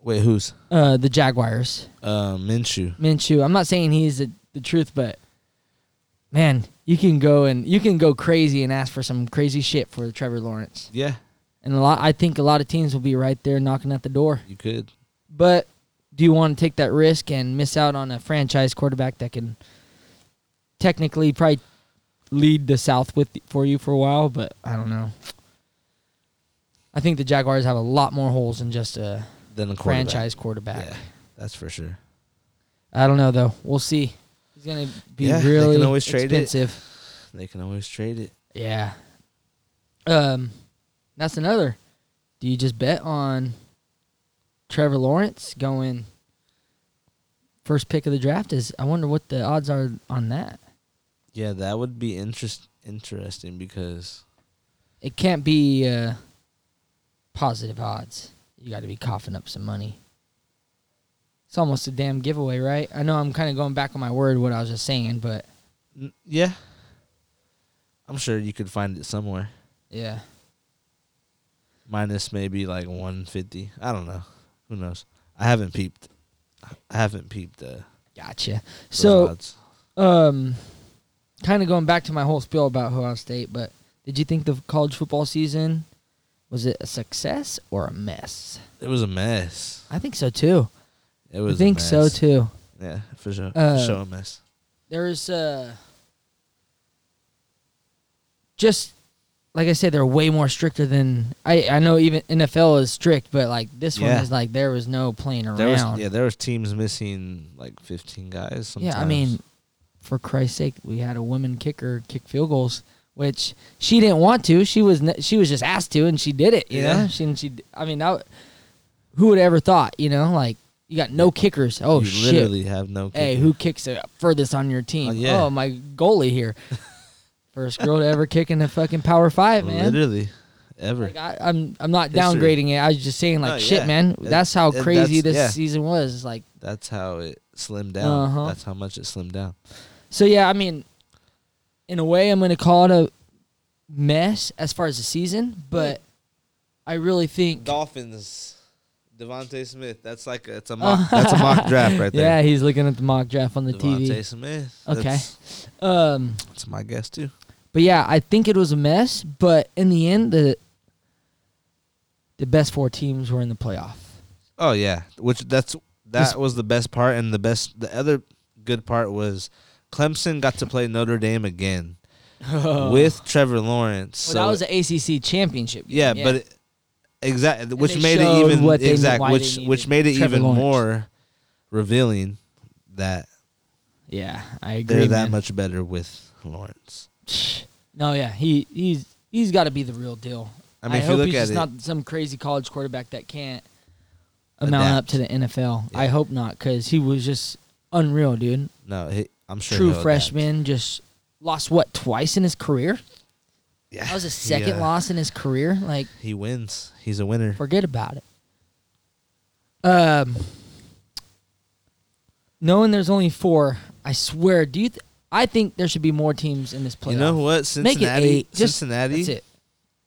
A: Wait, who's?
B: Uh, the Jaguars,
A: Uh, Minshew.
B: Minshew. I'm not saying he's the, the truth, but man, you can go and you can go crazy and ask for some crazy shit for Trevor Lawrence.
A: Yeah,
B: And a lot, I think a lot of teams will be right there knocking at the door.
A: you could.
B: But do you want to take that risk and miss out on a franchise quarterback that can technically probably lead the South with for you for a while? But I don't know. I think the Jaguars have a lot more holes than just a
A: Then a quarterback.
B: franchise quarterback.
A: Yeah, that's for sure.
B: I don't know though. We'll see. He's gonna be
A: Yeah, they can
B: really
A: always trade it.
B: expensive.
A: They can always trade it.
B: Yeah. Um, that's another. Do you just bet on Trevor Lawrence going first pick of the draft? Is I wonder what the odds are on that.
A: Yeah, that would be interest interesting because
B: It can't be uh, positive odds. You got to be coughing up some money. It's almost a damn giveaway, right? I know I'm kind of going back on my word what I was just saying, but
A: N- yeah, I'm sure you could find it somewhere.
B: yeah.
A: minus maybe like 150. I don't know. Who knows? I haven't peeped. I haven't peeped. Uh, those
B: Gotcha. So,
A: odds.
B: Um, kind of going back to my whole spiel about Ohio State, but did you think the college football season was it a success or a mess?
A: it was a mess.
B: I think so too.
A: It
B: I
A: was.
B: think
A: a mess.
B: so too.
A: Yeah, for sure.
B: Uh,
A: for sure, a mess.
B: There's uh, just like I said, they're way more stricter than I. I know even NFL is strict, but like this
A: Yeah.
B: one is like there was no playing around.
A: There was yeah, there was teams missing like 15 guys. Sometimes.
B: Yeah, I mean, for Christ's sake, we had a woman kicker kick field goals, which she didn't want to. She was n- she was just asked to, and she did it. You
A: Yeah.
B: know, she and she. I mean, that, who would have ever thought? You know, like you got no kickers. Oh
A: you
B: shit!
A: literally have no.
B: hey,
A: kicker.
B: who kicks the furthest on your team?
A: Oh, yeah.
B: Oh my
A: [LAUGHS]
B: goalie here, first girl to ever kick in a fucking Power Five, man.
A: Literally, ever.
B: Like, I, I'm I'm not
A: History.
B: downgrading it. I was just saying, like,
A: Oh,
B: shit,
A: yeah.
B: man.
A: It-
B: That's how
A: it-
B: crazy
A: that's-
B: this
A: yeah.
B: season was. It's Like.
A: That's how it slimmed down.
B: Uh-huh.
A: That's how much it slimmed down.
B: So yeah, I mean, in a way, I'm gonna call it a mess as far as the season, but I really think
A: Dolphins Devonte Smith. That's like a, it's a
B: [LAUGHS]
A: mock, that's a mock draft right there.
B: Yeah, he's looking at the mock draft on the
A: Devontae Smith.
B: Okay.
A: That's,
B: TV. Um,
A: that's my guess too.
B: but yeah, I think it was a mess. But in the end, the the best four teams were in the playoff.
A: Oh yeah, which that's that
B: This-
A: was the best part, and the best the other good part was Clemson got to play Notre Dame
B: [LAUGHS]
A: again with Trevor Lawrence.
B: well,
A: so
B: that was the ACC championship. game,
A: yeah, but it, exactly, which
B: they
A: made it
B: showed
A: even
B: what they-
A: exact,
B: why they
A: which
B: needed
A: which made it
B: Trevor
A: even
B: Lawrence.
A: more revealing that
B: yeah, I agree.
A: they're that
B: man.
A: much better with Lawrence.
B: No, yeah, he he's he's got to be the real deal.
A: I mean, if you
B: hope
A: look
B: he's
A: at
B: just
A: it,
B: not some crazy college quarterback that can't amount up
A: Adapt.
B: to the NFL.
A: Yeah.
B: I hope not, because he was just unreal, dude.
A: no, he, I'm sure
B: True
A: he'll adapt.
B: freshman, just lost what twice in his career.
A: Yeah,
B: That
A: [LAUGHS]
B: was his
A: he,
B: second
A: uh,
B: loss in his career. Like,
A: He wins. He's a winner.
B: forget about it. Um, knowing there's only four, I swear. Do you? Th- I think there should be more teams in this playoff.
A: You know what?
B: Make it
A: Cincinnati.
B: eight. Just-
A: Cincinnati.
B: That's it.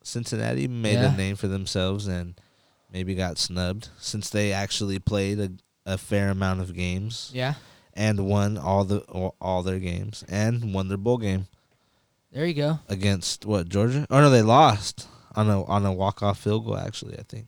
A: Cincinnati made
B: Yeah.
A: a name for themselves and maybe got snubbed since they actually played a, a fair amount of games
B: Yeah.
A: and won all the all, all their games and won their bowl game
B: There you go.
A: against what Georgia? Oh no, they lost on a on a walk off field goal. Actually, I think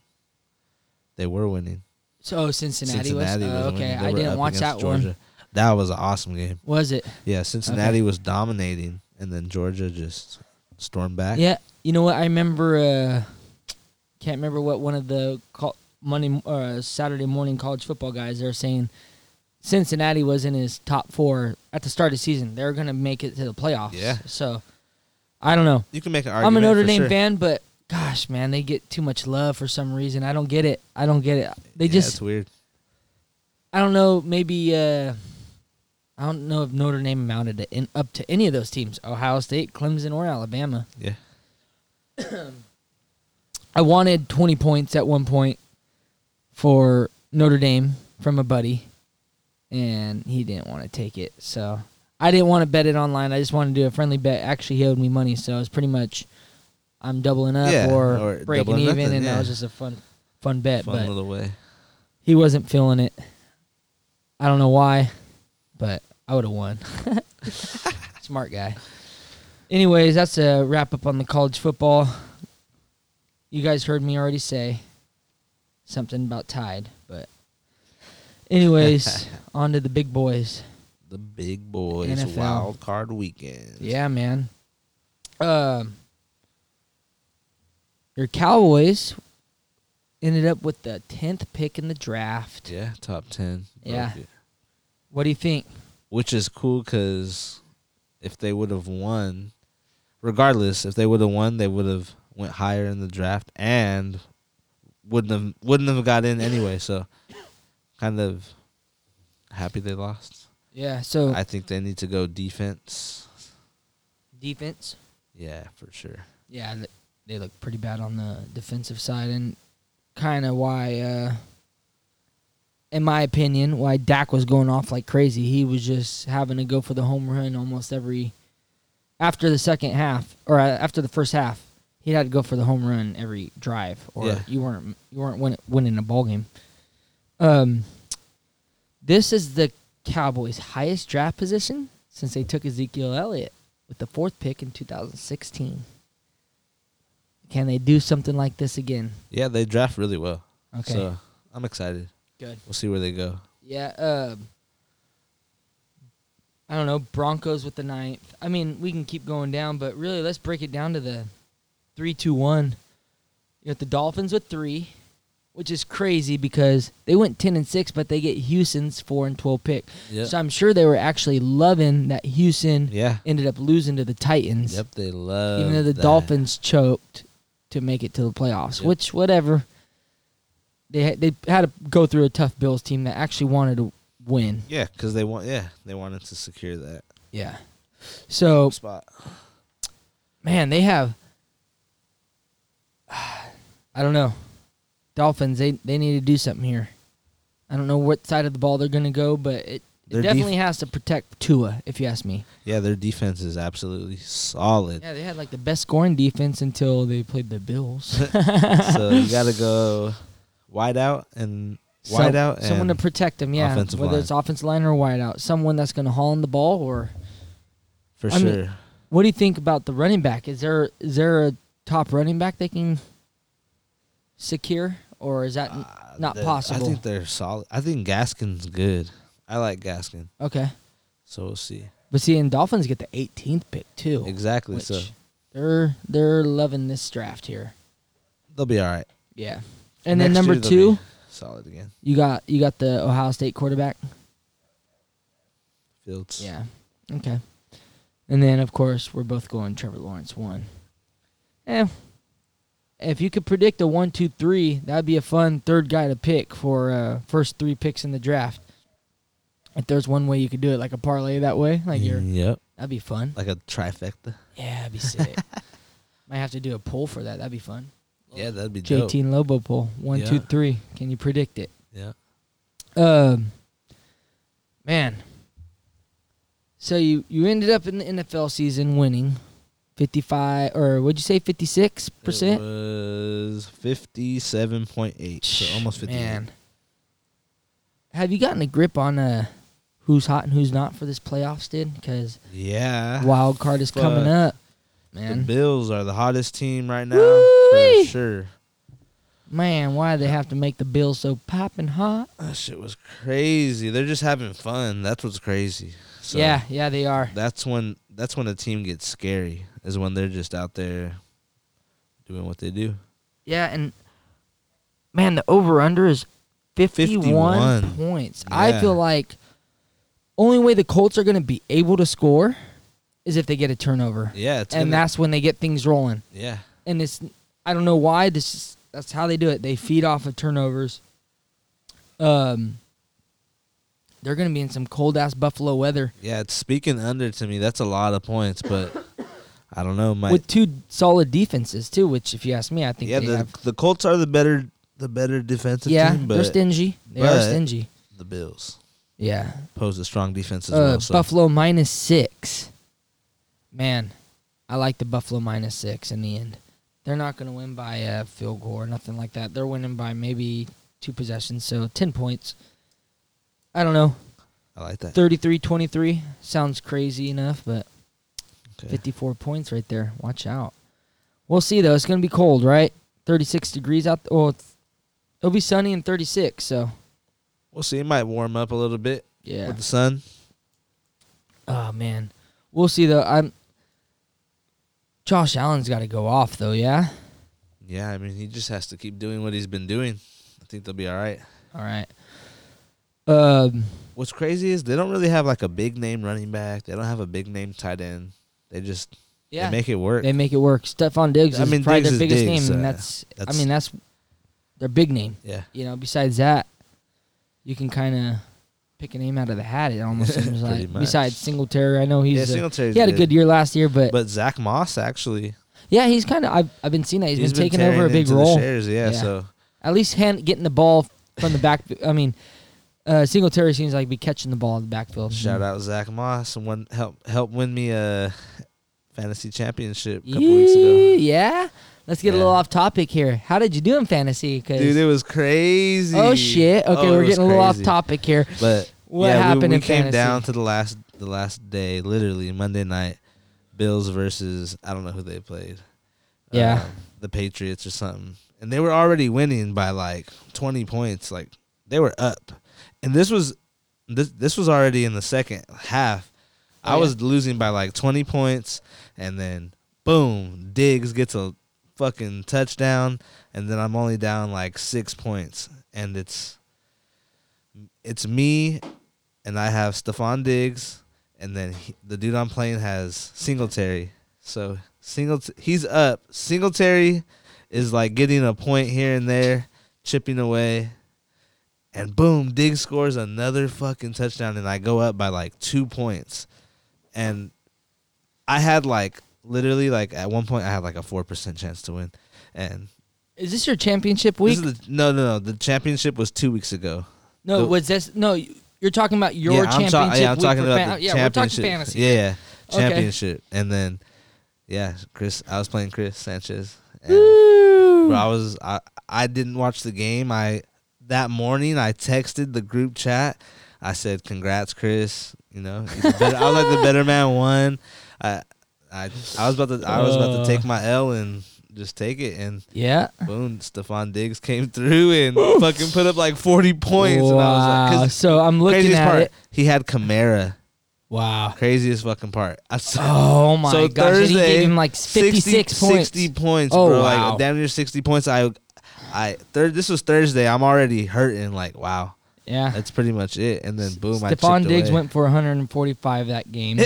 A: they were winning.
B: So oh, Cincinnati,
A: Cincinnati
B: was,
A: was,
B: oh, okay.
A: winning. They
B: I
A: were
B: didn't
A: up
B: watch that
A: against
B: one.
A: That was an awesome game.
B: Was it?
A: Yeah, Cincinnati was dominating, and then Georgia just stormed back.
B: Yeah. You know what? I remember. Uh, can't remember what one of the col- Monday, uh, Saturday morning college football guys they're saying. Cincinnati was in his top four at the start of the season. They're gonna make it to the playoffs.
A: Yeah.
B: So, I don't know.
A: you can make an
B: I'm
A: argument.
B: a Notre
A: for
B: Dame
A: sure.
B: fan, but gosh, man, they get too much love for some reason. I don't get it. I don't get it. They
A: Yeah,
B: just
A: it's weird.
B: I don't know. Maybe uh, I don't know if Notre Dame amounted to in, up to any of those teams: Ohio State, Clemson, or Alabama.
A: Yeah.
B: I wanted twenty points at one point for Notre Dame from a buddy, and he didn't want to take it. So I didn't want to bet it online. I just wanted to do a friendly bet. Actually, he owed me money, so it's pretty much I'm doubling up
A: Yeah,
B: or,
A: or
B: breaking
A: doubling
B: even,
A: nothing,
B: and that
A: yeah.
B: was just a fun, fun bet.
A: Fun
B: but
A: little way.
B: he wasn't feeling it. I don't know why, but I would have won. [LAUGHS] Smart guy. Anyways, that's a wrap up on the college football. You guys heard me already say something about Tide, but anyways, on to the big boys.
A: The big boys
B: NFL.
A: wild card weekend.
B: Yeah, man. Um, your Cowboys ended up with the tenth pick in the draft.
A: Yeah, top 10.
B: Yeah.
A: Broke it.
B: What do you think?
A: Which is cool cuz if they would have won, regardless, if they would have won, they would have went higher in the draft and wouldn't have wouldn't have got in anyway, so kind of happy they lost.
B: Yeah. So
A: I think they need to go defense.
B: defense.
A: Yeah, for sure.
B: Yeah, th- they look pretty bad on the defensive side, and kind of why, uh, in my opinion, why Dak was going off like crazy. He was just having to go for the home run almost every after the second half or uh, after the first half. He had to go for the home run every drive, or
A: Yeah.
B: you weren't you weren't win- winning a ball game. Um, this is the Cowboys' highest draft position since they took Ezekiel Elliott with the fourth pick in 2016. Can they do something like this again?
A: Yeah, they draft really well.
B: Okay.
A: So, I'm excited.
B: Good.
A: We'll see where they go.
B: Yeah. Um, I don't know. Broncos with the ninth. I mean, we can keep going down, but really, let's break it down to the three, two, one. You got the Dolphins with three, which is crazy because they went ten and six, but they get Houston's four and twelve pick.
A: Yeah.
B: So I'm sure they were actually loving that Houston
A: yeah.
B: ended up losing to the Titans.
A: Yep, they love
B: even though the
A: that.
B: Dolphins choked to make it to the playoffs,
A: Yep.
B: which whatever. They they had to go through a tough Bills team that actually wanted to win.
A: Yeah, because they want. Yeah, they wanted to secure that
B: Yeah. So
A: spot.
B: man, they have. [SIGHS] I don't know, Dolphins. They they need to do something here. I don't know what side of the ball they're gonna go, but it, it
A: Their def-
B: definitely has to protect Tua, if you ask me.
A: Yeah, their defense is absolutely solid.
B: Yeah, they had like the best scoring defense until they played the Bills.
A: so you got to go wide out and wide out and
B: someone to protect him. Yeah,
A: offensive
B: whether
A: line.
B: it's offensive line or wide out, someone that's going to haul in the ball. Or
A: for
B: I mean-
A: sure.
B: what do you think about the running back? Is there is there a top running back they can secure, or is that
A: Uh,
B: not
A: they're- I
B: possible.
A: think they're solid. I think Gaskin's good. I like Gaskin,
B: okay?
A: so we'll see.
B: But see, and Dolphins get the 18th pick too,
A: Exactly.
B: which
A: So
B: they're they're loving this draft here.
A: they'll be all right.
B: Yeah, and
A: Next
B: then number
A: year they'll
B: two,
A: be solid again.
B: you got you got the Ohio State quarterback.
A: Fields.
B: Yeah. Okay. And then of course we're both going Trevor Lawrence one. Eh. If you could predict a one, two, three, that'd be a fun third guy to pick for uh, first three picks in the draft. If there's one way you could do it, like a parlay that way, like you're
A: Yep.
B: that'd be fun.
A: Like a trifecta.
B: Yeah, that'd be [LAUGHS] sick. Might have to do a poll for that. That'd be fun.
A: Yeah, that'd be dope.
B: JT Lobo poll. One, two,
A: Yeah.
B: three. Can you predict it?
A: Yeah.
B: Um, man. So you you ended up in the NFL season winning, fifty five or what'd you say fifty six
A: It
B: percent?
A: was fifty-seven point eight, so almost fifty.
B: Man, have you gotten a grip on uh who's hot and who's not for this playoffs? Did because
A: Yeah.
B: wild card is coming
A: Ah, fuck.
B: up,
A: The
B: man.
A: Bills are the hottest team right now
B: Woo-wee.
A: for sure.
B: Man, why they have to make the Bills so popping hot?
A: That shit was crazy. They're just having fun. That's what's crazy. So
B: yeah, yeah, they are.
A: That's when that's when a team gets scary. Is when they're just out there doing what they do.
B: Yeah, and man, the over under is 51,
A: 51.
B: points. I
A: Yeah.
B: feel like only way the Colts are going to be able to score is if they get a turnover.
A: Yeah, it's gonna-
B: and that's when they get things rolling.
A: yeah,
B: And it's I don't know why this is, that's how they do it. They feed off of turnovers. Um they're going to be in some cold ass Buffalo weather
A: yeah. It's speaking under to me. That's a lot of points,
B: [LAUGHS]
A: but I don't know. My
B: with two solid defenses too, which if you ask me, I think
A: yeah,
B: they
A: the
B: have
A: the Colts are the better the better defensive
B: Yeah,
A: team,
B: they're
A: but
B: stingy. They are
A: but-
B: stingy.
A: the Bills
B: Yeah.
A: pose a strong defense as
B: uh,
A: well. So
B: Buffalo minus six. Man, I like the Buffalo minus six in the end. They're not going to win by a field goal or nothing like that. They're winning by maybe two possessions, so 10 points. I don't know.
A: I like that.
B: 33 23 sounds crazy enough, but
A: Okay.
B: 54 points right there. Watch out. We'll see, though. It's going to be cold, right? 36 degrees out. Well, it's, it'll be sunny and 36, so
A: We'll see. It might warm up a little bit
B: yeah.
A: with the sun.
B: Oh man, we'll see though. I'm. Josh Allen's got to go off though. Yeah.
A: Yeah, I mean he just has to keep doing what he's been doing. I think they'll be all right.
B: All right. Um.
A: What's crazy is they don't really have like a big name running back. They don't have a big name tight end. They just
B: Yeah.
A: they make it work.
B: They make it work. Stephon Diggs
A: I
B: is
A: mean,
B: probably
A: Diggs
B: their
A: is
B: biggest
A: Diggs,
B: name, and
A: uh,
B: that's,
A: that's-
B: I mean that's their big name.
A: yeah.
B: You know. Besides that, you can kind of pick a name out of the hat. It almost seems
A: [LAUGHS] Pretty
B: like.
A: much.
B: Besides Singletary, I know he's.
A: yeah,
B: a-
A: Singletary's
B: he had a good year last year, but,
A: But Zach Moss actually
B: yeah, he's kind of. I've, I've been seeing that he's been taking over a
A: tearing
B: big
A: into
B: role.
A: The shares, yeah,
B: Yeah. Mm-hmm.
A: so
B: At least hand getting the ball from the back. I mean, uh, Singletary seems like be catching the ball in the backfield.
A: shout out Zach Moss and one help help win me a [LAUGHS] fantasy championship a
B: Yeah,
A: couple weeks ago.
B: Yeah. Let's get a
A: Yeah.
B: little off topic here. How did you do in fantasy? 'Cause-
A: Dude, it was crazy.
B: oh shit. Okay,
A: Oh, it
B: we're
A: was
B: getting a little off
A: crazy.
B: topic here.
A: But
B: What
A: yeah, we-
B: happened
A: we,
B: in
A: came
B: fantasy?
A: down to the last the last day, literally Monday night. Bills versus I don't know who they played.
B: Yeah.
A: Um, the Patriots or something, and they were already winning by like twenty points. Like they were up, and this was this this was already in the second half.
B: Oh,
A: I
B: yeah.
A: was losing by like twenty points, and then boom, Diggs gets a fucking touchdown, and then I'm only down like six points, and it's it's me, and I have Stephon Diggs, and then he, the dude I'm playing has Singletary, so single he's up. Singletary is like getting a point here and there, chipping away, and boom, Diggs scores another fucking touchdown, and I go up by like two points, and I had like literally like at one point I had like a four percent chance to win, and
B: Is this your championship
A: this
B: week?
A: is the, no no no the championship was two weeks ago.
B: no,
A: the-
B: was this no you're talking about
A: yeah,
B: your championship
A: I'm, ta- yeah, I'm
B: week
A: talking
B: for
A: about
B: fan-
A: the
B: Yeah, we're
A: championship.
B: talking fantasy.
A: Yeah, yeah,
B: Okay.
A: championship, and then yeah, Chris, I was playing Chris Sanchez. And
B: Woo.
A: Bro, I was I I didn't watch the game. I that morning I texted the group chat. I said, "Congrats, Chris. You know, he's a better, I was like
B: [LAUGHS]
A: the better man won. I, I, I was about to, I was about
B: Uh.
A: to take my L and just take it. And
B: Yeah.
A: boom, Stephon Diggs came through
B: [LAUGHS]
A: and fucking put up like forty points. And I was
B: wow.
A: like, 'cause
B: so I'm looking
A: craziest
B: at
A: part,
B: it.
A: he had Kamara.
B: Wow.
A: Craziest fucking part. I saw
B: Oh my
A: So
B: gosh. and he
A: Thursday,
B: gave him like 56 points.
A: 60 points,
B: Oh,
A: bro.
B: wow.
A: Like damn near 60 points. I I third this was Thursday. I'm already hurting like wow.
B: Yeah.
A: That's pretty much it. And then boom, I
B: Stephon
A: chipped
B: Diggs
A: away.
B: went for 145 that game.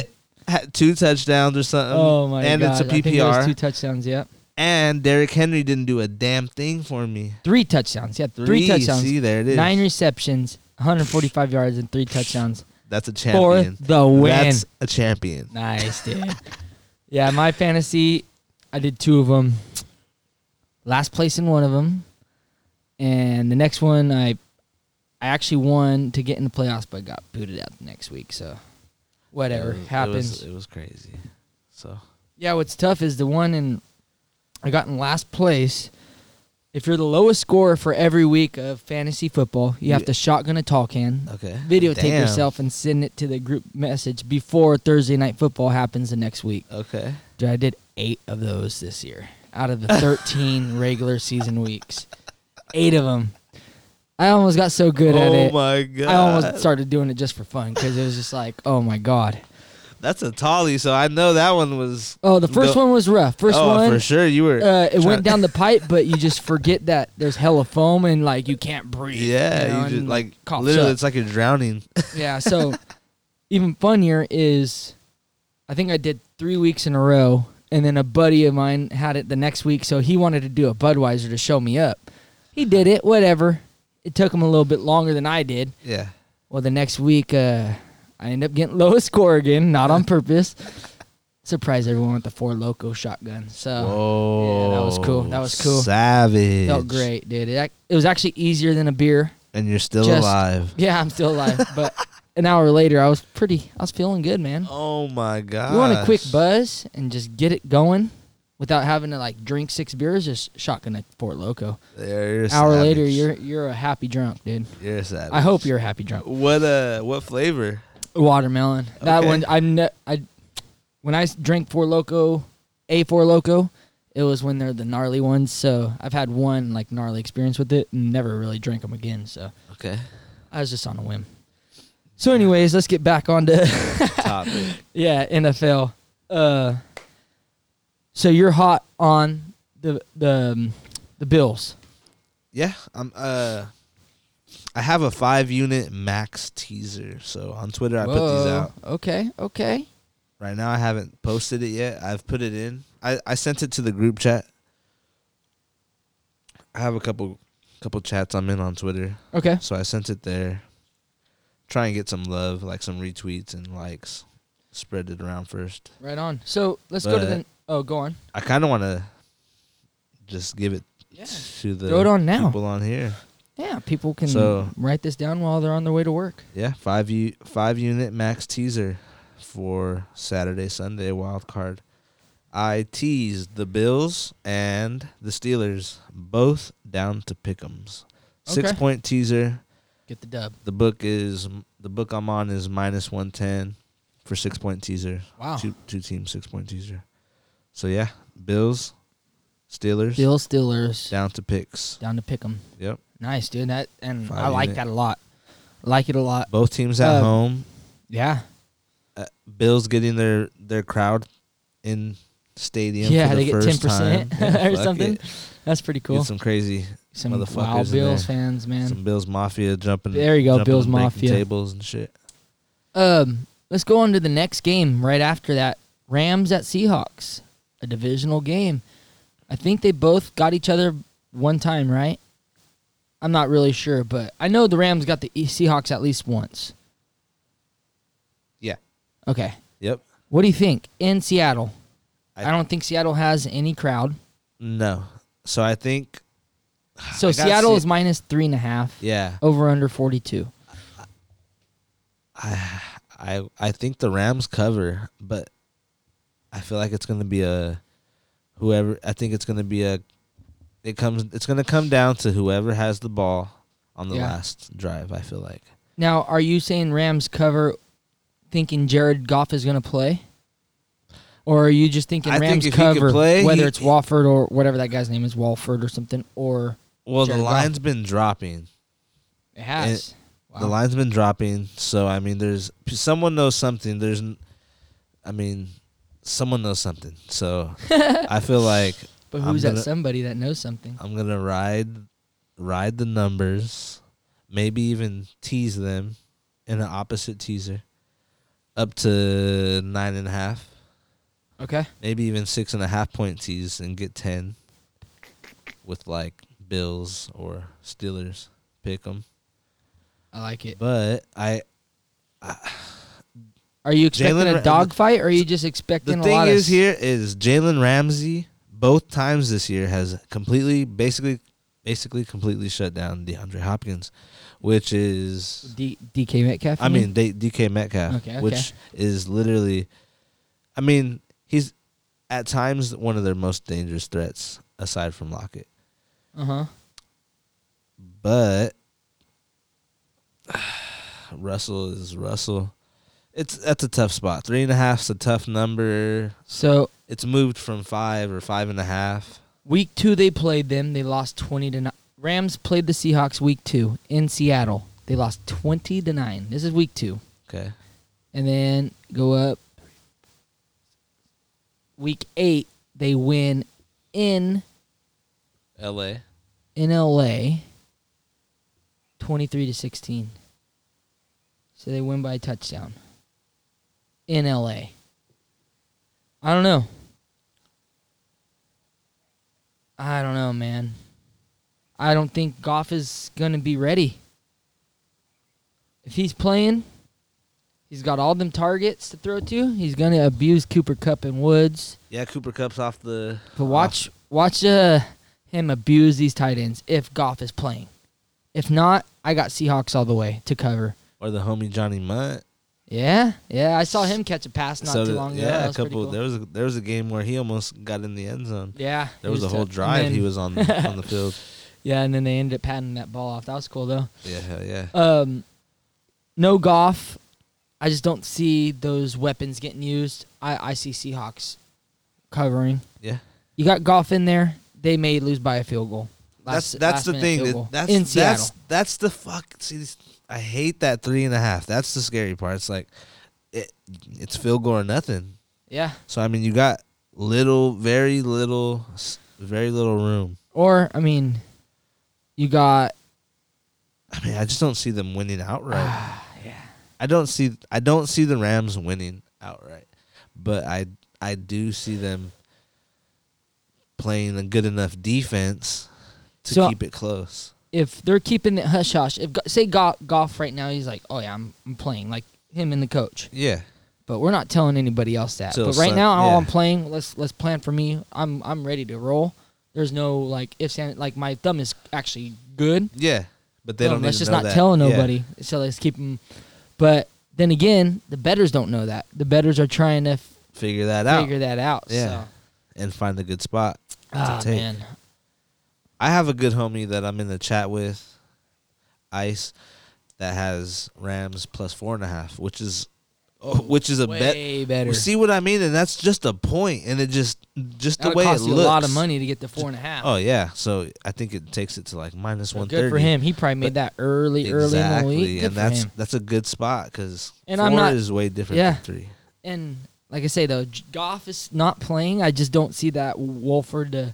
A: Had two touchdowns or something.
B: oh my
A: um, and it's
B: gosh.
A: a
B: I think it was
A: PPR.
B: two touchdowns, yeah.
A: and Derrick Henry didn't do a damn thing for me.
B: Three touchdowns. Yeah, three, touchdowns.
A: See, there it is.
B: Nine receptions, 145 yards and three touchdowns
A: That's a champion.
B: for the win.
A: [LAUGHS] That's a champion.
B: Nice, dude. yeah, my fantasy, I did two of them. Last place in one of them, and the next one I, I actually won to get in the playoffs, but got booted out the next week. So, whatever
A: It was-
B: happens.
A: It was, it was crazy. So
B: yeah, what's tough is the one in, I got in last place. If you're the lowest scorer for every week of fantasy football, you have
A: Yeah.
B: to shotgun a tall can,
A: okay.
B: videotape
A: Damn.
B: yourself, and send it to the group message before Thursday night football happens the next week.
A: Okay.
B: Dude, I did eight of those this year
A: [LAUGHS]
B: out of the 13 regular season weeks. Eight of them. I almost got so good at
A: oh
B: it.
A: my god.
B: I almost started doing it just for fun because it was just like, oh my God.
A: That's a tolly, so I know that one was
B: Oh, the first
A: Go-
B: one was rough. First
A: oh,
B: one,
A: for sure. You were
B: uh, it
A: Try- [LAUGHS]
B: went down the pipe, but you just forget that there's hella foam and like you can't breathe.
A: yeah,
B: know,
A: you just
B: and
A: like
B: coughs
A: literally,
B: up.
A: it's like you're
B: [LAUGHS]
A: drowning. [LAUGHS]
B: Yeah, so even funnier is I think I did three weeks in a row, and then a buddy of mine had it the next week, so he wanted to do a Budweiser to show me up. He did it, whatever. It took him a little bit longer than I did.
A: Yeah,
B: Well, the next week, uh, I end up getting [LAUGHS] lowest score again, not on purpose. Surprise everyone with the four loco shotgun. So
A: whoa,
B: yeah, that was cool. That was cool.
A: Savage,
B: felt great, dude. It, ac- it was actually easier than a beer. [LAUGHS]
A: and you're still
B: Just-
A: alive.
B: Yeah, I'm still alive, but an hour later, I was pretty. I was feeling good, man.
A: Oh my god!
B: You want a quick buzz and just get it going without having to like drink six beers, just shotgun at Fort Loco.
A: There, you're a
B: Hour
A: savage.
B: later, you're you're a happy drunk, dude.
A: you're a savage.
B: I hope you're a happy drunk.
A: What uh, what flavor?
B: Watermelon. That
A: Okay.
B: one I ne- I when I s- drink Four Loco, a Four Loco, it was when they're the gnarly ones. So I've had one like gnarly experience with it and never really drink them again. So
A: Okay,
B: I was just on a whim. So, anyways, let's get back on to
A: top. it.
B: [LAUGHS] Yeah, NFL. Uh, so you're hot on the the um, the Bills.
A: Yeah, I'm uh. I have a five unit max teaser. So on Twitter, I put these
B: Whoa.
A: out.
B: Okay, okay.
A: Right now, I haven't posted it yet. I've put it in. I, I sent it to the group chat. I have a couple couple chats I'm in on Twitter,
B: Okay.
A: so I sent it there. Try and get some love, like some retweets and likes. Spread it around first.
B: Right on. So let's go to the
A: But-
B: Oh, go on.
A: I kind of want to just give it
B: Yeah.
A: to the
B: Throw it on now.
A: people on here.
B: Yeah, people can
A: So-
B: write this down while they're on their way to work.
A: Yeah, five u- five unit max teaser for Saturday Sunday wild card. I teased the Bills and the Steelers both down to pick'ems. Six
B: Okay.
A: point teaser.
B: Get the dub.
A: The book is the book I'm on is minus one ten for six point teaser.
B: Wow.
A: Two two team six point teaser. So yeah, Bills, Steelers
B: Bill Steelers
A: down to picks.
B: down to pick 'em.
A: Yep,
B: Nice, dude. That and
A: Five
B: I like
A: unit.
B: that a lot. Like it a lot.
A: both teams at
B: Uh,
A: home.
B: Yeah.
A: uh, Bills getting their their crowd in stadium.
B: Yeah,
A: for the
B: they get
A: first
B: 10% [LAUGHS]
A: time. Yeah,
B: or
A: fuck
B: something.
A: it.
B: That's pretty cool.
A: Get some crazy,
B: Some,
A: motherfuckers
B: wild
A: in
B: Bills
A: there.
B: fans, man.
A: some Bills Mafia jumping.
B: There you go,
A: jumping
B: Bills
A: and breaking
B: Mafia.
A: tables and shit.
B: Um, let's go on to the next game right after that. Rams at Seahawks, a divisional game. I think they both got each other one time, right? I'm not really sure, but I know the Rams got the E- Seahawks at least once.
A: Yeah.
B: Okay.
A: Yep.
B: What do you think in Seattle?
A: I-
B: I, don't think Seattle has any crowd.
A: No, so I think.
B: So
A: I got
B: Seattle
A: Se-
B: is minus three and a half,
A: Yeah,
B: over under 42.
A: I I I think the Rams cover, but I feel like it's gonna be a whoever. I think it's gonna be a it comes it's going to come down to whoever has the ball on the
B: Yeah.
A: last drive, I feel like.
B: Now, are you saying Rams cover thinking Jared Goff is going to play? Or are you just thinking
A: I think
B: Rams
A: if he could
B: cover,
A: play,
B: whether
A: he-
B: it's Wofford or whatever that guy's name is, Walford or something, or
A: Well,
B: Jared
A: the
B: Goff.
A: line's been dropping.
B: it has?
A: The
B: Wow.
A: line's been dropping, so I mean there's someone knows something. There's n- I mean someone knows something. So I feel like
B: But
A: I'm
B: who's
A: gonna-
B: that somebody that knows something?
A: I'm gonna ride ride the numbers, maybe even tease them in an opposite teaser. Up to nine and a half,
B: Okay.
A: maybe even six and a half point tease and get ten with like Bills or Steelers. Pick them,
B: I like it.
A: but I
B: Are you expecting
A: Jalen Ra-
B: a dogfight or are you just expecting
A: the
B: a lot
A: thing
B: of
A: is here is Jalen Ramsey both times this year has completely, basically, basically completely shut down DeAndre Hopkins, which is
B: D- DK Metcalf?
A: I
B: you
A: mean, D- DK Metcalf,
B: Hmm? Okay, okay.
A: which is literally, I mean, he's at times one of their most dangerous threats aside from Lockett.
B: Uh-huh.
A: But [SIGHS] Russell is Russell. It's that's a tough spot. Three and a half's a tough number.
B: So,
A: It's moved from five or five and a half.
B: week 2 they played them. They lost 20 to 9. Rams played the Seahawks week 2 in Seattle. They lost 20 to 9. This is week 2.
A: Okay,
B: and then go up week eight they win in
A: L.A.
B: in la 23 to 16 so they win by a touchdown in la i don't know i don't know man i don't think goff is gonna be ready if he's playing he's got all them targets to throw to he's gonna abuse cooper cup and woods
A: Yeah, Cooper Cup's off the.
B: but watch, watch uh, him abuse these tight ends if Goff is playing. If not, I got Seahawks all the way to cover.
A: or the homie Johnny Munt.
B: Yeah, yeah. I saw him catch a pass not
A: So
B: too
A: th-
B: long ago.
A: yeah,
B: That
A: a
B: was pretty
A: couple.
B: cool.
A: There was a, there was a game where he almost got in the end zone.
B: Yeah, he
A: There was, a whole
B: tough. And
A: drive
B: then-
A: he was on
B: [LAUGHS]
A: the, on the field.
B: Yeah, and then they ended up patting that ball off. That was cool though.
A: Yeah, hell yeah.
B: Um, no Goff. I just don't see those weapons getting used. I I see Seahawks covering.
A: Yeah.
B: You got Goff in there. They may lose by a field goal.
A: That's
B: Last-
A: that's the
B: last-minute
A: thing.
B: field
A: That,
B: goal
A: that's
B: in Seattle.
A: that's that's the fuck. See, this- I hate that three and a half. That's the scary part. It's like it, it's field goal or nothing.
B: yeah.
A: So I mean, you got little, very little, s- very little room.
B: Or I mean, you got
A: I mean, I just don't see them winning outright.
B: Ah, yeah.
A: I don't see I don't see the Rams winning outright, but I I do see them playing a good enough defense to
B: So-
A: keep it close.
B: if they're keeping it hush hush. If Go- say Go- golf right now, he's like, oh yeah, I'm, I'm playing like him and the coach,
A: Yeah.
B: but we're not telling anybody else that.
A: Till
B: but right
A: Sun-
B: now, all
A: yeah.
B: I'm playing, let's let's plan for me. I'm I'm ready to roll. There's no like ifs and like my thumb is actually good.
A: Yeah. But they
B: Boom,
A: don't.
B: let's
A: need to
B: just
A: know
B: not
A: that.
B: tell
A: Yeah.
B: nobody. So let's keep them. But then again, the betters don't know that. The betters are trying to f-
A: Figure that out
B: figure that out.
A: Yeah.
B: So.
A: and find a good spot.
B: Ah
A: take.
B: man,
A: I have a good homie that I'm in the chat with, Ice, that has Rams plus four and a half, which is, oh, which is a bet.
B: way better.
A: See what I mean? And that's just a point, and it just just
B: That
A: the way
B: would cost
A: it
B: you
A: looks.
B: a lot of money to get the four and a half.
A: Oh yeah, so I think it takes it to like minus
B: So
A: one thirty.
B: good for him. He probably
A: But-
B: made that early,
A: Exactly,
B: early in the week. Good
A: and
B: for
A: that's
B: him.
A: that's a good spot because
B: And
A: 4
B: I'm not-
A: is way different
B: yeah.
A: than three.
B: and like I say though, J- Goff is not playing. I just don't see that Wolford. To,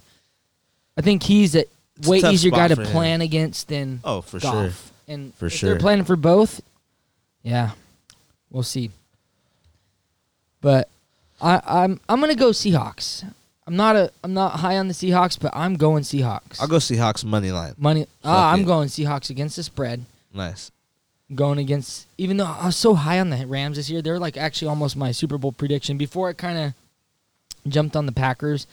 B: I think he's a
A: It's a
B: way
A: tough
B: easier
A: spot
B: guy to
A: for him.
B: plan against than
A: Oh, for
B: Goff.
A: sure.
B: And
A: For
B: if
A: sure.
B: they're planning for both. Yeah, we'll see. But I, I'm I'm gonna go Seahawks. I'm not a I'm not high on the Seahawks, but I'm going Seahawks.
A: I'll go Seahawks money line.
B: Money. Ah,
A: Fuck
B: I'm
A: it.
B: going Seahawks against the spread.
A: Nice.
B: going against even though I was so high on the Rams this year, they're like actually almost my Super Bowl prediction before it kind of jumped on the Packers.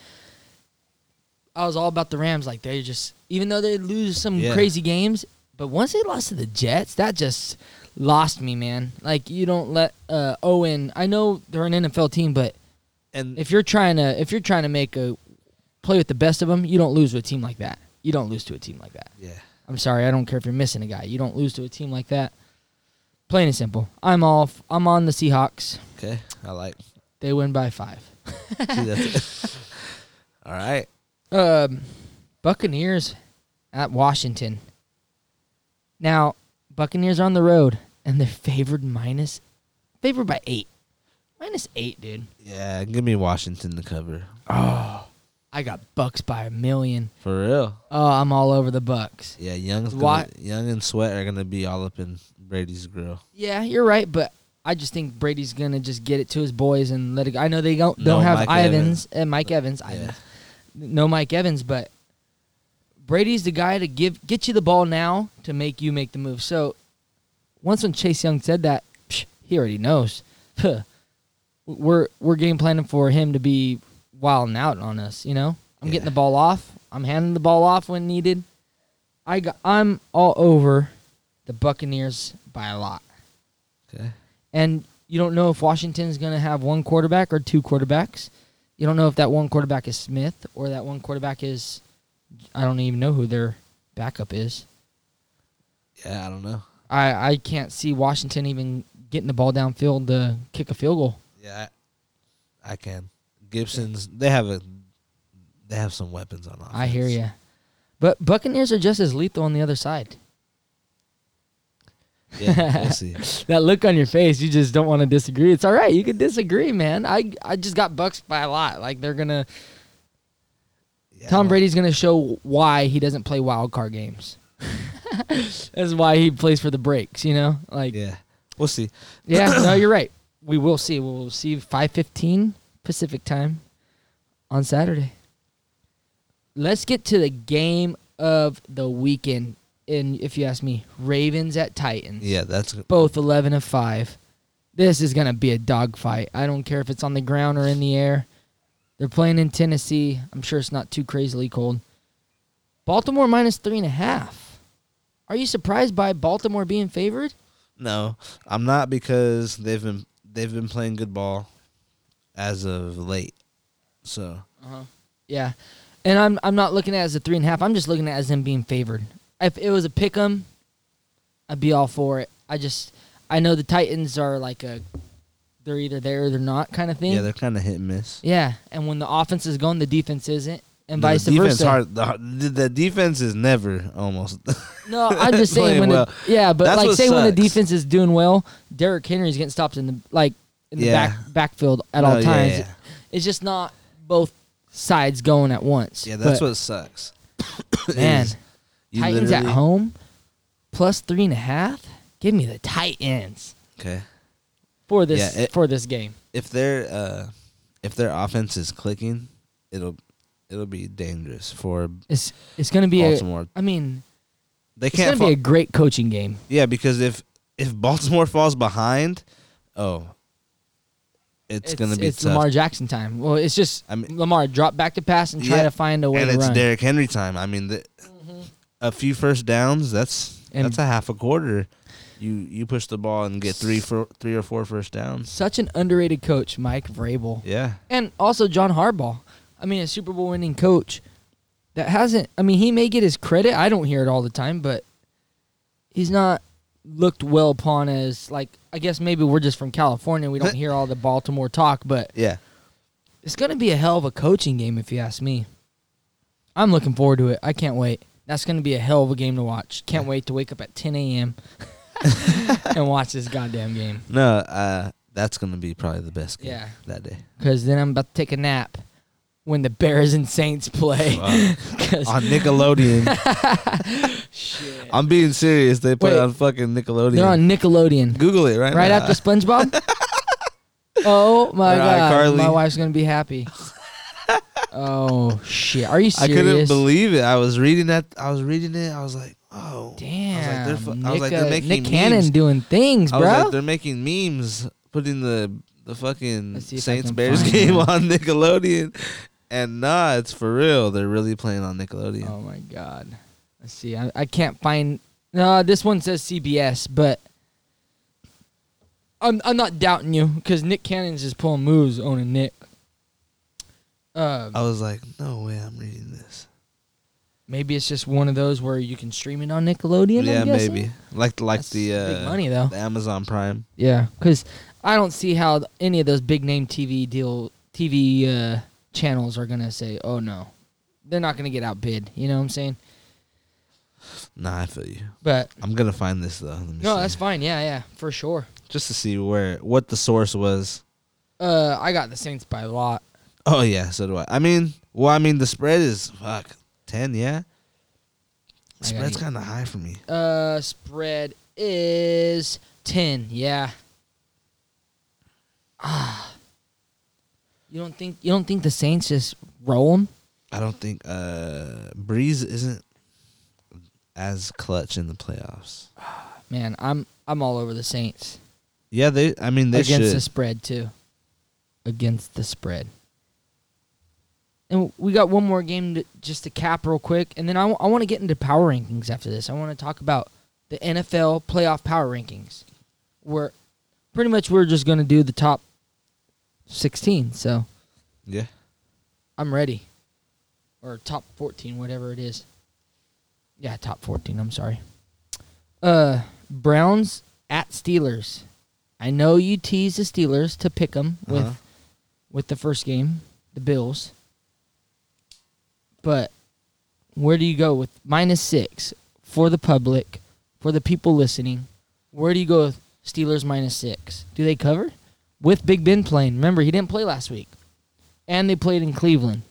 B: I was all about the Rams like they just even though they lose some
A: Yeah.
B: crazy games, but once they lost to the Jets, that just lost me, man. Like you don't let uh Owen, I know they're an NFL team, but
A: And
B: if you're trying to if you're trying to make a play with the best of them, you don't lose with a team like that. You don't lose to a team like that.
A: Yeah.
B: I'm sorry, I don't care if you're missing a guy. You don't lose to a team like that. Plain and simple. I'm off. I'm on the Seahawks.
A: Okay. I like.
B: They win by five.
A: See, that's it. [LAUGHS] All right.
B: Um, Buccaneers at Washington. Now, Buccaneers are on the road and they're favored minus, favored by eight, minus eight, dude.
A: Yeah. Give me Washington to cover.
B: Oh, I got Bucks by a million.
A: For real.
B: Oh, I'm all over the Bucks.
A: Yeah. Young's
B: Why-
A: gonna, Young and Sweat are gonna be all up in Brady's grill.
B: Yeah, you're right, but I just think Brady's gonna just get it to his boys and let it go. I know they don't don't
A: No
B: have
A: Mike
B: Ivans and Mike Evans.
A: Yeah.
B: Ivans. No Mike Evans, but Brady's the guy to give get you the ball now to make you make the move. So once when Chase Young said that, psh, he already knows. [LAUGHS] Huh. we're we're game planning for him to be wilding out on us. You know, I'm
A: Yeah.
B: getting the ball off. I'm handing the ball off when needed. I got, I'm all over the Buccaneers by a lot
A: Okay.
B: and you don't know if Washington's going to have one quarterback or two quarterbacks. You don't know if that one quarterback is Smith or that one quarterback is I don't even know who their backup is.
A: Yeah. I don't know.
B: I I can't see Washington even getting the ball downfield to kick a field goal.
A: Yeah. I, I can. Gibson's. They have a. They have some weapons on offense.
B: I hear you. But Buccaneers are just as lethal on the other side.
A: Yeah. We'll see.
B: [LAUGHS] That look on your face, you just don't want to disagree. It's all right. You can disagree, man. I I just got bucks by a lot. Like they're going to
A: Yeah,
B: Tom
A: I-
B: Brady's going to show why he doesn't play wild card games. That's why he plays for the breaks, you know? Like yeah,
A: Yeah. We'll see.
B: no, you're right. We will see. We'll see 5:15 Pacific time on Saturday. Let's get to the game of the weekend. And if you ask me, Ravens at Titans.
A: Yeah. That's
B: Both 11 and 5. This is going to be a dogfight. I don't care if it's on the ground or in the air. They're playing in Tennessee. I'm sure it's not too crazily cold. Baltimore minus three and a half. Are you surprised by Baltimore being favored?
A: No, I'm not because they've been they've been playing good ball as of late. So
B: Yeah. And I'm I'm not looking at it as a three and a half. I'm just looking at it as them being favored. If it was a pick 'em, I'd be all for it. I just I know the Titans are like a they're either there or they're not kind of thing.
A: yeah, they're kind of hit and miss.
B: Yeah, and when the offense is going, the defense isn't, and
A: No,
B: vice
A: the defense
B: versa.
A: Hard, the, hard- the- the defense is never almost. [LAUGHS]
B: No, I'm just saying
A: Playing
B: when
A: well.
B: the, yeah, but
A: That's
B: like
A: what
B: say when the
A: sucks.
B: defense is doing well, Derrick Henry's getting stopped in the like in the
A: Yeah.
B: back backfield at
A: No,
B: all
A: yeah,
B: times.
A: yeah.
B: It's just not both sides going at once.
A: Yeah, that's
B: But,
A: what sucks.
B: [COUGHS] man.
A: is [COUGHS] you
B: Titans at
A: literally-
B: home plus three and a half. Give me the Titans
A: Okay,
B: for this
A: Yeah, it-
B: for this game.
A: if their uh, if their offense is clicking, it'll it'll be dangerous for
B: It's it's gonna be a.
A: Baltimore.
B: I mean,
A: they
B: it's gonna
A: can't. Fall,
B: be a great coaching game.
A: yeah, because if if Baltimore falls behind, oh, it's, gonna be
B: it's
A: tough.
B: Lamar Jackson time. Well, it's just
A: I mean-
B: Lamar drop back to pass and try
A: Yeah,
B: to find a way
A: and
B: to
A: it's
B: run. Mm-hmm.
A: Derrick Henry time. I mean, the, a few first downs. That's
B: And-
A: that's a half a quarter. You you push the ball and get three for three or four first downs.
B: Such an underrated coach, Mike Vrabel,
A: Yeah,
B: and also John Harbaugh. I mean, a Super Bowl winning coach that hasn't. I mean, he may get his credit. I don't hear it all the time, but he's not looked well upon as like. I guess maybe we're just from California.
A: [LAUGHS]
B: We don't hear all the Baltimore talk, but
A: yeah.
B: it's gonna be a hell of a coaching game if you ask me. I'm looking forward to it. I can't wait. That's gonna be a hell of a game to watch. Can't wait to wake up at 10 a.m.
A: [LAUGHS]
B: and watch this goddamn game.
A: No, uh, that's gonna be probably the best game
B: Yeah.
A: that day
B: Cause then I'm about to take a nap when the Bears and Saints play.
A: Wow.
B: [LAUGHS] 'Cause-
A: on Nickelodeon.
B: [LAUGHS] shit.
A: I'm being serious. They play
B: Wait.
A: on fucking Nickelodeon.
B: They're on Nickelodeon
A: Google it right,
B: right
A: now.
B: after SpongeBob. oh my
A: Or
B: god!
A: iCarly.
B: My wife's gonna be
A: [LAUGHS]
B: happy. oh shit! Are
A: [LAUGHS]
B: you
A: I
B: serious?
A: couldn't believe it. I was reading that. I was reading it. I was like, oh
B: Damn,
A: I was like, they're, fu- I
B: Nick,
A: was like, they're
B: uh,
A: making
B: Nick
A: memes.
B: Cannon doing things,
A: I
B: bro.
A: was like, they're making memes, putting the the fucking
B: Let's see if I
A: Saints
B: can
A: Bears
B: find
A: game
B: it.
A: on Nickelodeon, and nah, it's for real. They're really playing on Nickelodeon.
B: Oh my god. Let's see. I, I can't find. No, this one says CBS, but I'm I'm not doubting you because Nick Cannon's just pulling moves owning Nick. Uh, Um,
A: Oh. I was like, no way, I'm reading this.
B: Maybe it's just one of those where you can stream it on Nickelodeon. I'm
A: yeah,
B: guessing?
A: maybe like like
B: That's
A: the
B: big
A: uh,
B: money though.
A: the Amazon Prime.
B: Yeah, because I don't see how th- any of those big name TV deal TV uh, channels are gonna say, "Oh no," they're not gonna get outbid. You know what I'm saying?
A: Nah, I feel you.
B: But
A: I'm gonna find this though. Let me
B: no,
A: see.
B: that's fine. Yeah, yeah, for sure.
A: just to see where what the source was.
B: Uh, I got the Saints by a lot.
A: Oh yeah, so do I. I mean, well, I mean the spread is fuck ten, yeah.
B: I got
A: Spread's
B: eight.
A: kind of high for me.
B: Uh, spread is ten. Yeah. Ah. You don't think you don't think the Saints just roll them?
A: I don't think uh Breeze isn't as clutch in the playoffs.
B: Man, I'm I'm all over the Saints
A: Yeah, they. I mean, they
B: against
A: should.
B: the spread too. Against the spread. And we got one more game to, just to cap real quick, and then I want to get into power rankings after this. I want to talk about the NFL playoff power rankings. Where pretty much we're just going to do the top 16. So
A: yeah,
B: I'm ready. Or top 14, whatever it is. Yeah, top 14, I'm sorry. Uh Browns at Steelers. I know you teased the Steelers to pick them
A: Uh-huh.
B: with with the first game, the Bills. But where do you go with minus 6 for the public, for the people listening? Where do you go with Steelers minus 6? Do they cover? With Big Ben playing. Remember, he didn't play last week. And they played in Cleveland.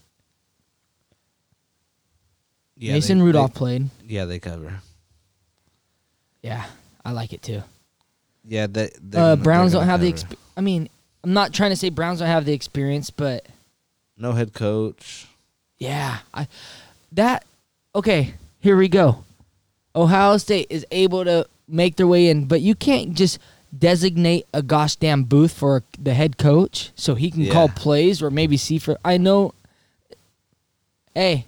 A: yeah. they-
B: Mason
A: they-
B: Rudolph played.
A: yeah, they cover.
B: Yeah, I like it too.
A: Yeah, they. they're
B: Uh,
A: gonna-
B: Browns
A: they're
B: don't
A: gonna
B: have the.
A: cover.
B: Exp- I mean, I'm not trying to say Browns don't have the experience, but
A: no head coach.
B: yeah, I that okay. Here we go. Ohio State is able to make their way in, but you can't just designate a gosh damn booth for the head coach so he can call
A: Yeah.
B: plays or maybe see for. I know. Hey,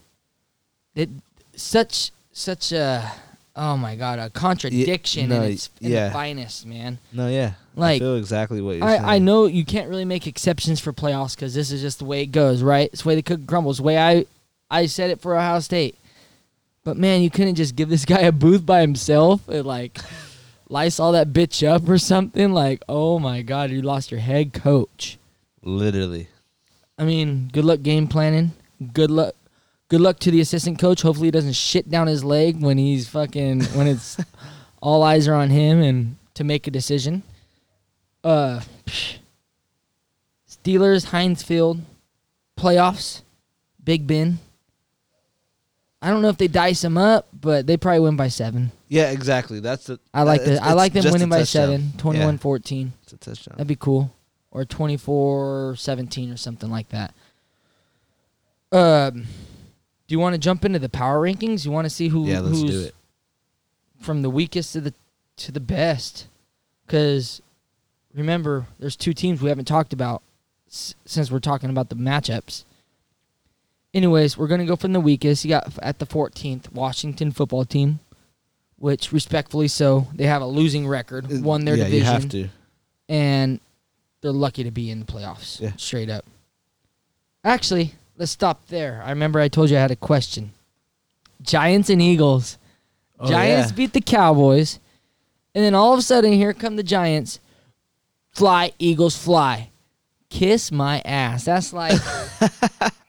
B: that such such a oh my god a contradiction
A: no,
B: in its in
A: yeah.
B: the finest man.
A: No, yeah. I
B: Like
A: feel exactly what you're saying.
B: I, I know you can't really make exceptions for playoffs because this is just the way it goes, right? It's the way the cookie crumbles. The way I, I said it for Ohio State. But man, you couldn't just give this guy a booth by himself and like [LAUGHS] lice all that bitch up or something. Like, oh my god, you lost your head coach.
A: Literally.
B: I mean, good luck game planning. Good luck. Good luck to the assistant coach. Hopefully, he doesn't shit down his leg when he's fucking
A: [LAUGHS]
B: when it's all eyes are on him and to make a decision. Uh, psh. Steelers, Heinz Field, playoffs, Big Ben. I don't know if they dice him up, but they probably win by seven.
A: Yeah, exactly. That's the.
B: I like
A: it's-
B: the, I
A: it's
B: like them
A: just a
B: winning by
A: touchdown.
B: seven, 21-14.
A: It's a touchdown.
B: That'd be cool. Or 24 17 or something like that. Um, do you want to jump into the power rankings? You want to see who
A: yeah, let's
B: who's
A: do it.
B: from the weakest to the to the best? Cuz remember, there's two teams we haven't talked about s- since we're talking about the matchups. Anyways, we're going to go from the weakest. You got f- at the 14th Washington football team, which respectfully so, they have a losing record,
A: Uh,
B: won their
A: yeah,
B: division
A: you have to.
B: and they're lucky to be in the playoffs.
A: Yeah.
B: Straight up. Actually, let's stop there. I remember I told you I had a question. Giants and Eagles.
A: Oh,
B: Giants
A: yeah.
B: beat the Cowboys, and then all of a sudden, here come the Giants. Fly, Eagles, fly. Kiss my ass.
A: [LAUGHS]
B: That's like,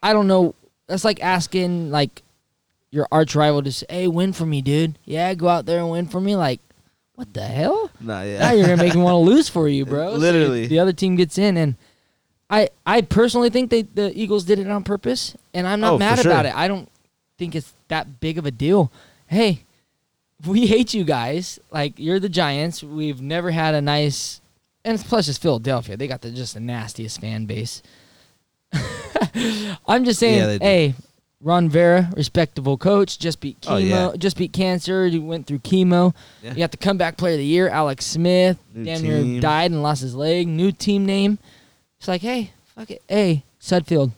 B: I don't know. That's like asking like your arch rival to say, "Hey, win for me, dude." Yeah, go out there and win for me. Like, what the hell?
A: Nah, yeah.
B: now you're gonna make me want to lose for you, bro. So
A: Literally.
B: the other team gets in, and I I personally think they the Eagles did it on purpose, and I'm not
A: Oh, for
B: mad
A: sure.
B: about it. I don't think it's that big of a deal. Hey, we hate you guys. Like you're the Giants. We've never had a nice, and it's- plus it's Philadelphia. They got the just the nastiest fan base. [LAUGHS] I'm just
A: Yeah,
B: saying,
A: they do.
B: hey, Ron Vera, respectable coach, just beat chemo,
A: Oh, yeah.
B: just beat cancer. You went through chemo.
A: Yeah.
B: You got the comeback player of the year, Alex Smith.
A: New
B: damn near
A: team.
B: died and lost his leg. New team name. It's like, hey, fuck it, hey, Sudfield,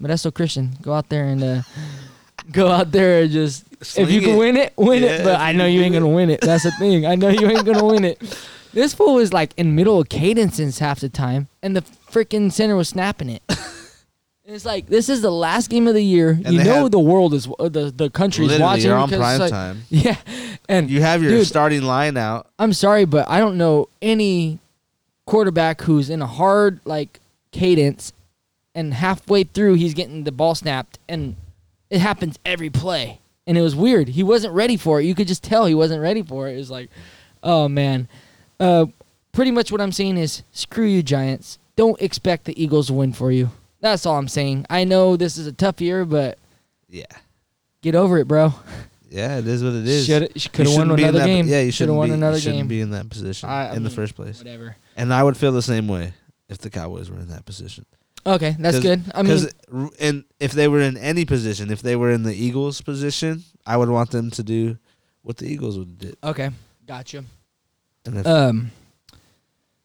B: Modesto Christian, go out there and uh, [LAUGHS] go out there and just if you
A: Sling
B: can
A: it.
B: win it, win
A: Yeah,
B: it. But
A: if
B: I
A: you
B: know
A: can
B: you
A: do
B: ain't gonna win it. That's the thing. I know you ain't gonna win it. This fool was like in middle of cadences half the time, and the freaking center was snapping it. And it's like this is the last game of the year. you
A: they
B: know
A: have-
B: the world is uh, the the country's
A: Literally,
B: watching
A: you're on
B: because
A: prime
B: it's like-
A: time.
B: [LAUGHS] Yeah,
A: [LAUGHS]
B: and
A: You have your
B: Dude.
A: starting line out.
B: I'm sorry, but I don't know any quarterback who's in a hard like cadence, and halfway through he's getting the ball snapped, and it happens every play. And it was weird. He wasn't ready for it. You could just tell he wasn't ready for it. It was like, oh man. Uh, pretty much what I'm saying is, screw you, Giants. Don't expect the Eagles to win for you. That's all I'm saying. I know this is a tough year, but
A: Yeah,
B: get over it, bro.
A: yeah, it is what it is.
B: Should could
A: You
B: have
A: shouldn't
B: won
A: be in
B: another
A: that-
B: game.
A: Yeah, you
B: Shoulda
A: shouldn't,
B: won
A: be,
B: another
A: you shouldn't
B: game.
A: be in that position
B: I- I
A: in the
B: mean,
A: first place.
B: Whatever.
A: And I would feel the same way if the Cowboys were in that position.
B: Okay, that's
A: 'Cause-
B: good. I mean,
A: Because r- and if they were in any position, if they were in the Eagles' position, I would want them to do what the Eagles would do.
B: Okay, gotcha.
A: And if,
B: Um,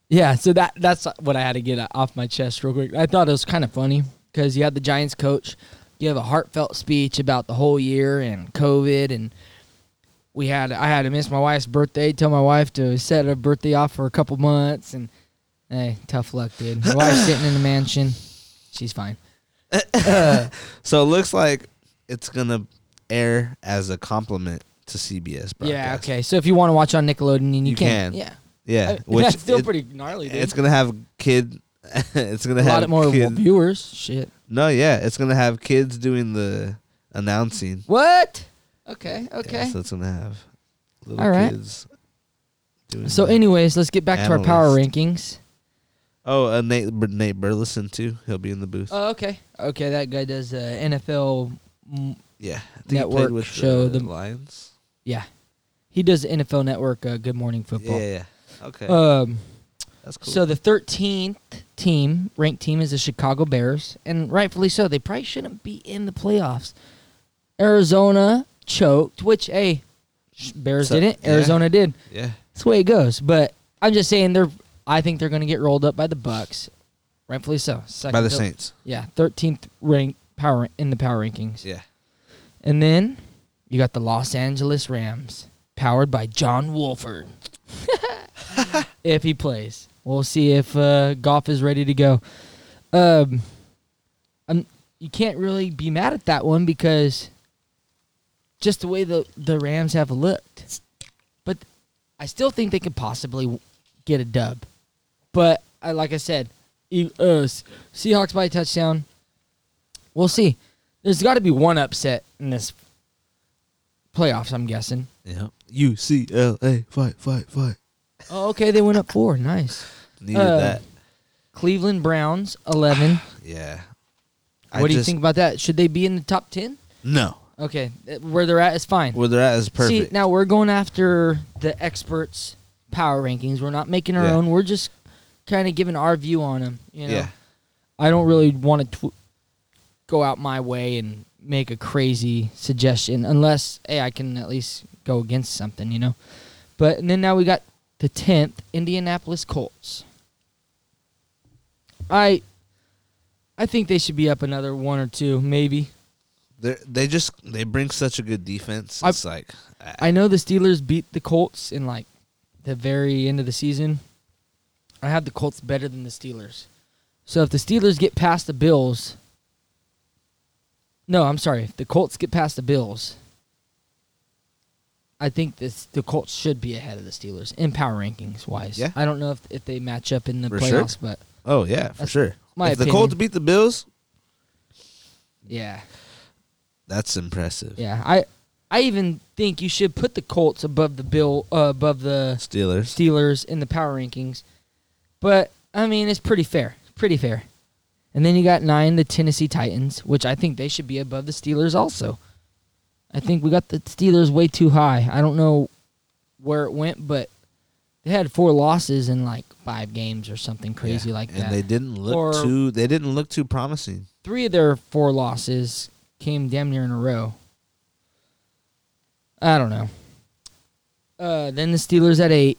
B: yeah, so that that's what I had to get off my chest real quick. I thought it was kind of funny because you had the Giants coach give a heartfelt speech about the whole year and COVID, and we had I had to miss my wife's birthday, tell my wife to set her birthday off for a couple months, and hey, tough luck, dude. My wife's sitting in the mansion, she's fine. Uh-uh.
A: [LAUGHS] so it looks like it's gonna air as a compliment to CBS. Broadcast.
B: Yeah, okay. So if you want to watch on Nickelodeon, and you,
A: You
B: can,
A: can.
B: yeah,
A: yeah.
B: I-
A: which
B: that's still
A: it-
B: pretty gnarly. Dude.
A: It's gonna have kid. [LAUGHS] it's gonna
B: a
A: have
B: lot more
A: kid-
B: viewers. Shit.
A: No, yeah, it's gonna have kids doing the announcing.
B: What? Okay, okay.
A: Yeah, so it's gonna have little
B: All right.
A: kids. Doing
B: so,
A: the-
B: anyways, let's get back to our power rankings.
A: oh, uh, Nate Bur- Nate Burleson too. He'll be in the booth.
B: Oh, okay, okay. That guy does uh, NFL. mm,
A: yeah, I think he
B: Network
A: played with
B: show,
A: the,
B: the-
A: Lions.
B: Yeah, he does NFL Network. Uh, Good Morning
A: Yeah,
B: Football.
A: yeah, yeah. Okay,
B: Um.
A: that's cool.
B: So the thirteenth team ranked team is the Chicago Bears, and rightfully so. They probably shouldn't be in the playoffs. Arizona choked, which hey, sh- Bears
A: So-
B: didn't.
A: yeah.
B: Arizona did.
A: yeah,
B: That's the way it goes. But I'm just saying they're. I think they're going to get rolled up by the Bucks. Rightfully so.
A: by
B: Second
A: the
B: to-
A: Saints.
B: Yeah, thirteenth rank power in the power rankings.
A: Yeah,
B: And then you got the Los Angeles Rams, powered by John Wolford. if he plays, we'll see if uh, Goff is ready to go. Um, I'm, you can't really be mad at that one because just the way the the Rams have looked. But I still think they could possibly w- get a dub. But I, like I said, e- uh, S- Seahawks by a touchdown. We'll see. There's got to be one upset in this playoffs, I'm guessing.
A: yeah. UCLA fight, fight, fight.
B: Oh, okay, they went up four. Nice.
A: Needed
B: Uh,
A: that.
B: Cleveland Browns, 11.
A: Yeah. [SIGHS] I
B: what do you
A: just-
B: think about that? Should they be in the top 10?
A: No,
B: Okay, uh, where they're at is fine.
A: where they're at is perfect.
B: See, now we're going after the experts' power rankings. We're not making our
A: Yeah.
B: own. We're just kind of giving our view on them. You know?
A: yeah,
B: I don't really want to tw- go out my way and make a crazy suggestion unless hey I can at least go against something, you know. But and then now we got the tenth Indianapolis Colts. I I think they should be up another one or two, maybe.
A: they they just they bring such a good defense.
B: I-
A: It's like I,
B: I know the Steelers beat the Colts in like the very end of the season. I had the Colts better than the Steelers. So if the Steelers get past the Bills, no, I'm sorry. If the Colts get past the Bills, I think this, the Colts should be ahead of the Steelers in power rankings wise.
A: Yeah.
B: I don't know if, if they match up in the
A: For sure.
B: playoffs, but
A: oh yeah, for
B: That's
A: sure.
B: my
A: if the Colts
B: opinion.
A: beat the Bills,
B: yeah,
A: that's impressive.
B: yeah. I I even think you should put the Colts above the Bill uh, above the
A: Steelers.
B: Steelers in the power rankings. But I mean, it's pretty fair. Pretty fair. And then you got nine, the Tennessee Titans, which I think they should be above the Steelers also. I think we got the Steelers way too high. I don't know where it went, but they had four losses in like five games or something crazy
A: Yeah,
B: like
A: and
B: that.
A: they didn't look
B: Or-
A: too. They didn't look too promising.
B: Three of their four losses came damn near in a row. I don't know. Uh, then the Steelers at eight,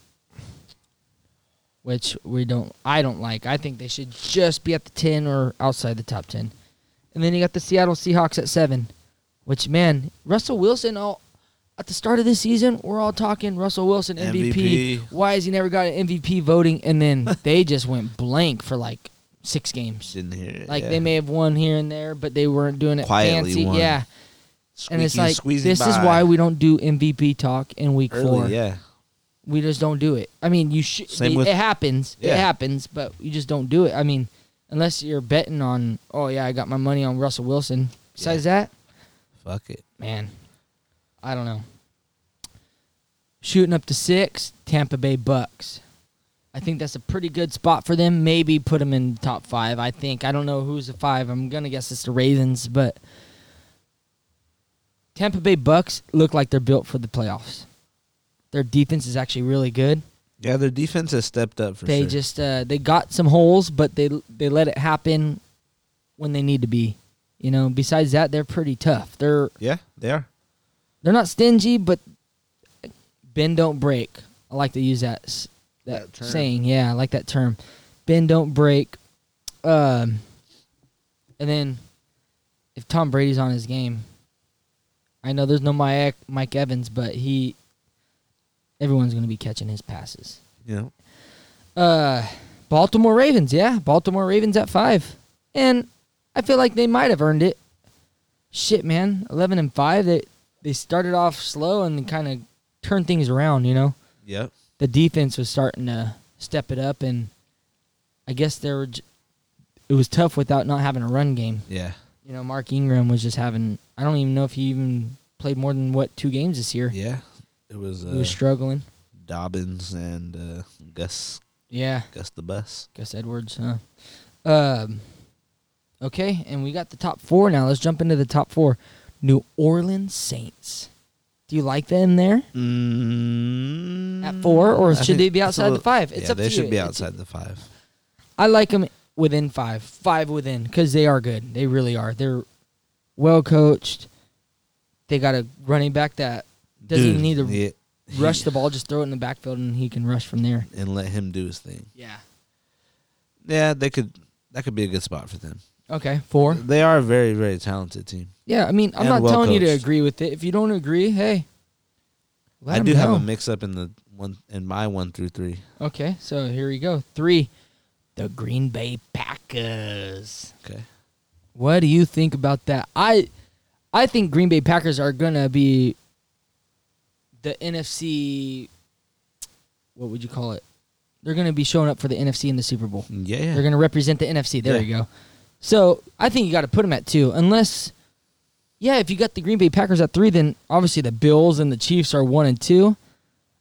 B: which we don't. I don't like. I think they should just be at the ten or outside the top ten. And then you got the Seattle Seahawks at seven, which man, Russell Wilson. All at the start of this season, we're all talking Russell Wilson MVP.
A: MVP.
B: Why has he never got an MVP voting? And then they just went blank for like six games.
A: Didn't hear it.
B: Like
A: yeah.
B: they may have won here and there, but they weren't doing it
A: Quietly
B: fancy.
A: won.
B: Yeah, and it's
A: Squeaky,
B: like
A: squeezy
B: this is
A: by.
B: why we don't do MVP talk in week
A: early.
B: four.
A: Yeah,
B: We just don't do it. I mean, you should.
A: Same
B: it,
A: with-
B: it happens.
A: Yeah.
B: It happens, but you just don't do it. I mean, unless you're betting on. Oh yeah, I got my money on Russell Wilson. Besides that,
A: fuck it.
B: man, I don't know. Shooting up to six, Tampa Bay Bucks. I think that's a pretty good spot for them. Maybe put them in the top five. I think I don't know who's the five. I'm gonna guess it's the Ravens, but Tampa Bay Bucks look like they're built for the playoffs. Their defense is actually really good.
A: Yeah, their defense has stepped up for
B: they
A: sure.
B: just uh, they got some holes, but they they let it happen when they need to be. You know. Besides that, they're pretty tough. They're
A: yeah, they are.
B: they're not stingy, but bend don't break. I like to use that s- that,
A: That term.
B: saying. Yeah, I like that term. Bend don't break. Um, and then if Tom Brady's on his game, I know there's no Mike Mike Evans, but he everyone's gonna be catching his passes.
A: You know,
B: Uh, Baltimore Ravens, yeah, Baltimore Ravens at five, and I feel like they might have earned it. Shit, man, eleven and five. They they started off slow and kind of turned things around. You know,
A: yep.
B: the defense was starting to step it up, and I guess they were. j- It was tough without not having a run game.
A: Yeah,
B: You know, Mark Ingram was just having. I don't even know if he even played more than what two games this year.
A: yeah. It was, uh,
B: He was struggling.
A: Dobbins and uh, Gus,
B: Yeah.
A: Gus the Bus.
B: Gus Edwards, huh? Um, okay, and we got the top four now. Let's jump into the top four. New Orleans Saints. Do you like them there
A: Mm,
B: at four, or
A: I
B: should
A: think
B: they be
A: it's a
B: outside the
A: little-
B: five? It's
A: yeah,
B: up
A: they
B: to
A: should
B: you.
A: be
B: It's-
A: outside the five.
B: I like them within five, five within, because they are good. They really are. They're well coached. They got a running back that doesn't
A: Dude,
B: even need to
A: yeah,
B: rush the ball. Just throw it in the backfield, and he can rush from there.
A: and let him do his thing.
B: Yeah.
A: Yeah, they could. That could be a good spot for them.
B: Okay. Four.
A: They are a very, very talented team.
B: Yeah, I mean, I'm
A: And
B: not
A: well
B: telling you to
A: coached.
B: agree with it. If you don't agree, hey, let
A: I
B: 'em
A: do have
B: know.
A: a mix up in the one in my one through three.
B: Okay, so here we go. Three, the Green Bay Packers.
A: Okay.
B: What do you think about that? I, I think Green Bay Packers are gonna be the NFC. What would you call it? They're gonna be showing up for the NFC in the Super Bowl.
A: Yeah.
B: They're going to represent the NFC. There
A: Yeah.
B: you go. So I think you got to put them at two, unless, yeah, if you got the Green Bay Packers at three, then obviously the Bills and the Chiefs are one and two.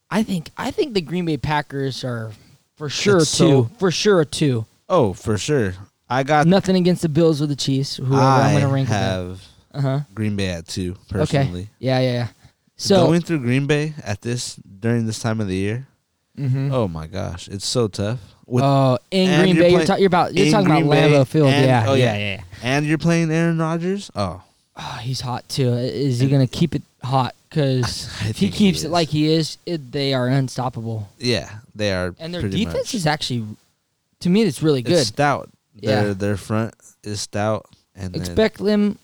B: I think I think the Green Bay Packers are for sure
A: It's
B: two,
A: so-
B: for sure a two.
A: oh, for sure. I got.
B: Nothing against the Bills or the Chiefs, whoever
A: I
B: I'm going to rank them.
A: have
B: Uh huh.
A: Green Bay at two personally.
B: Okay. Yeah, yeah, yeah. So
A: going through Green Bay at this during this time of the year.
B: mhm.
A: Oh my gosh, it's so tough. With
B: oh, in
A: and
B: Green
A: you're
B: Bay, you're,
A: playing-
B: ta- you're about you're
A: in
B: talking about
A: Green Bay
B: Lambeau Field.
A: and-
B: yeah,
A: oh,
B: yeah,
A: yeah.
B: yeah, yeah.
A: and you're playing Aaron Rodgers. Oh,
B: Oh, he's hot too. Is he
A: And-
B: gonna keep it hot? Because
A: [LAUGHS] I
B: if he
A: think he
B: keeps it
A: is.
B: like he is, it, they are unstoppable.
A: yeah, they are.
B: And their
A: pretty
B: defense
A: much-
B: is actually, to me, it's really
A: It's
B: good.
A: stout. Their
B: Yeah.
A: their front is stout. And then-
B: Expect them,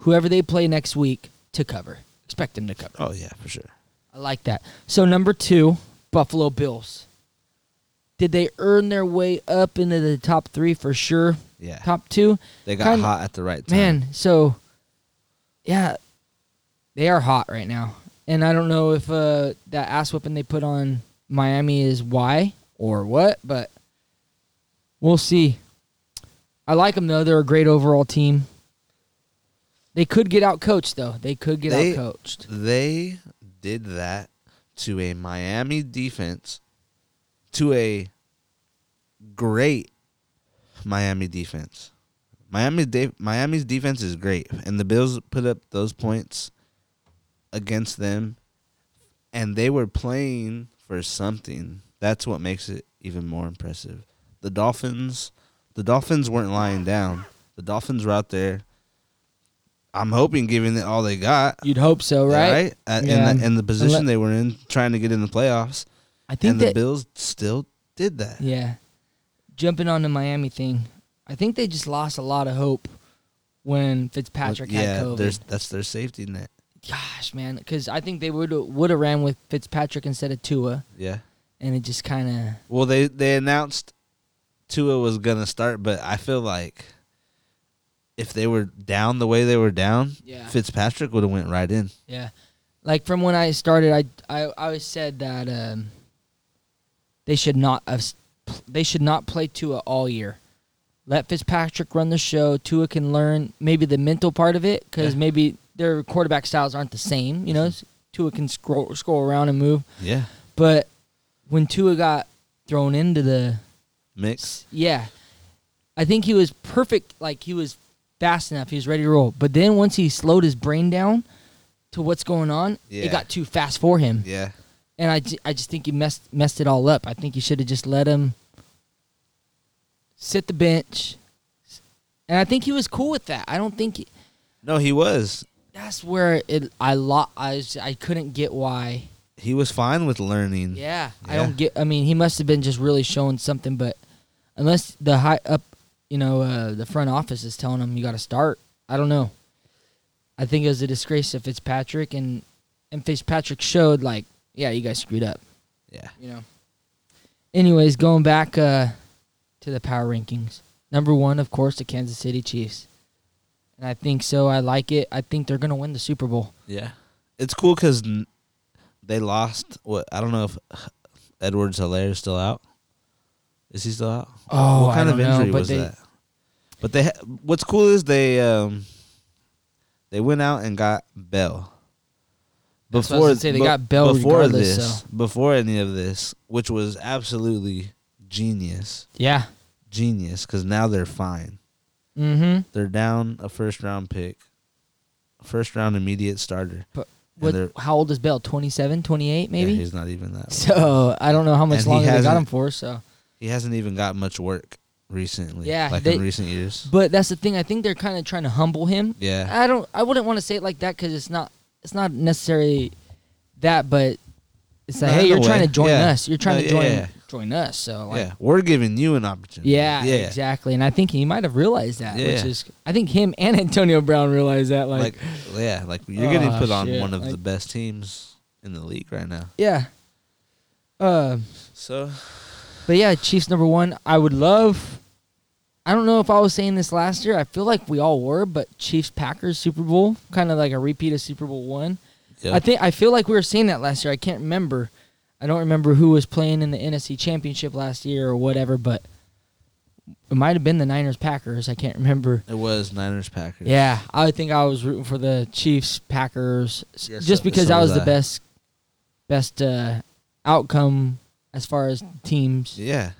B: whoever they play next week, to cover. Expect them to cover.
A: oh yeah, for sure.
B: I like that. So number two, Buffalo Bills. Did they earn their way up into the top three for sure?
A: Yeah,
B: Top two,
A: they got
B: kinda-
A: hot at the right time.
B: man. So, yeah, they are hot right now, and I don't know if uh, that ass whipping they put on Miami is why or what, but we'll see. I like them though; they're a great overall team. They could get out coached though. They could get
A: They-
B: out coached.
A: they did that to a Miami defense, to a great Miami defense. Miami de- Miami's defense is great, and the Bills put up those points against them, and they were playing for something. That's what makes it even more impressive. The Dolphins, the Dolphins weren't lying down. The Dolphins were out there. I'm hoping giving it all they got.
B: You'd hope so, right?
A: Uh,
B: Yeah.
A: And, the, and the position
B: Unle-
A: they were in, trying to get in the playoffs,
B: I think
A: and
B: that
A: the Bills still did that.
B: Yeah. Jumping on the Miami thing, I think they just lost a lot of hope when Fitzpatrick
A: yeah,
B: had COVID.
A: there's- that's their safety net.
B: gosh, man, because I think they would would have ran with Fitzpatrick instead of Tua,
A: Yeah.
B: and it just kind of
A: Well, they they announced Tua was gonna start, but I feel like if they were down the way they were down,
B: Yeah.
A: Fitzpatrick would have went right in.
B: Yeah. Like from when I started, I I, I always said that um, they should not have, s- p- they should not play Tua all year. Let Fitzpatrick run the show. Tua can learn maybe the mental part of it because
A: Yeah.
B: maybe their quarterback styles aren't the same. You know, S- Tua can scroll scroll around and move,
A: Yeah,
B: but when Tua got thrown into the
A: mix.
B: yeah. I think he was perfect. Like he was fast enough. He was ready to roll. But then once he slowed his brain down to what's going on,
A: Yeah.
B: it got too fast for him.
A: Yeah,
B: And I, ju- I just think he messed messed it all up. I think you should have just let him sit the bench. And I think he was cool with that. I don't think he-
A: no, he was.
B: that's where it. I lo- I was- I couldn't get why.
A: He was fine with learning.
B: Yeah, I
A: Yeah.
B: don't get. I mean, he must have been just really showing something, but unless the high up, you know, uh, the front office is telling him you got to start, I don't know. I think it was a disgrace to Fitzpatrick, and and Fitzpatrick showed like, yeah, you guys screwed up,
A: yeah.
B: you know. Anyways, going back uh, to the power rankings, number one, of course, the Kansas City Chiefs, and I think so. I like it. I think they're gonna win the Super Bowl.
A: Yeah, it's cool because they lost. What I don't know if Edwards Hilaire is still out. Is he still out?
B: Oh,
A: what
B: I
A: kind
B: don't
A: of
B: know,
A: injury
B: but
A: was
B: they-
A: that? But they. ha- What's cool is they um they went out and got Bell.
B: That's what I was gonna say, they got Bell
A: before
B: regardless,
A: this,
B: so.
A: before any of this, which was absolutely genius,
B: Yeah.
A: genius. Because now they're fine.
B: Mm-hmm.
A: They're down a first round pick, first round immediate starter. And they're-
B: What, how old is Bell? 27, 28 maybe?
A: Yeah, he's not even that. old.
B: [LAUGHS] so I don't know how
A: And
B: much
A: he
B: longer they got
A: hasn't-
B: him for. So,
A: He hasn't even got much work recently.
B: Yeah,
A: like
B: they-
A: in recent years.
B: but that's the thing. I think they're kind of trying to humble him.
A: Yeah,
B: I don't. I wouldn't want to say it like that because it's not. It's not necessarily that, but it's like,
A: No, in
B: hey,
A: a
B: you're trying
A: way.
B: to join
A: Yeah.
B: us. You're trying
A: No,
B: to
A: yeah,
B: join
A: yeah.
B: join us. So, like,
A: yeah. We're giving you an opportunity.
B: yeah,
A: yeah,
B: exactly. And I think he might have realized that, which
A: Yeah.
B: is, I think him and [LAUGHS] Antonio Brown realized that. Like,
A: Like, yeah, like you're
B: Oh,
A: getting put on
B: shit,
A: one of
B: like-
A: the best teams in the league right now.
B: yeah. Um.
A: So
B: But yeah, Chiefs number one. I would love. I don't know if I was saying this last year. I feel like we all were, but Chiefs Packers Super Bowl, kind of like a repeat of Super Bowl one.
A: yeah,
B: I think I feel like we were saying that last year. I can't remember. I don't remember who was playing in the NFC Championship last year or whatever, but it might have been the Niners Packers. I can't remember.
A: it was Niners Packers.
B: Yeah, I think I was rooting for the Chiefs Packers s-
A: Yeah,
B: just
A: so-
B: because
A: so
B: that was
A: was
B: the
A: I.
B: best best uh, outcome as far as teams.
A: yeah.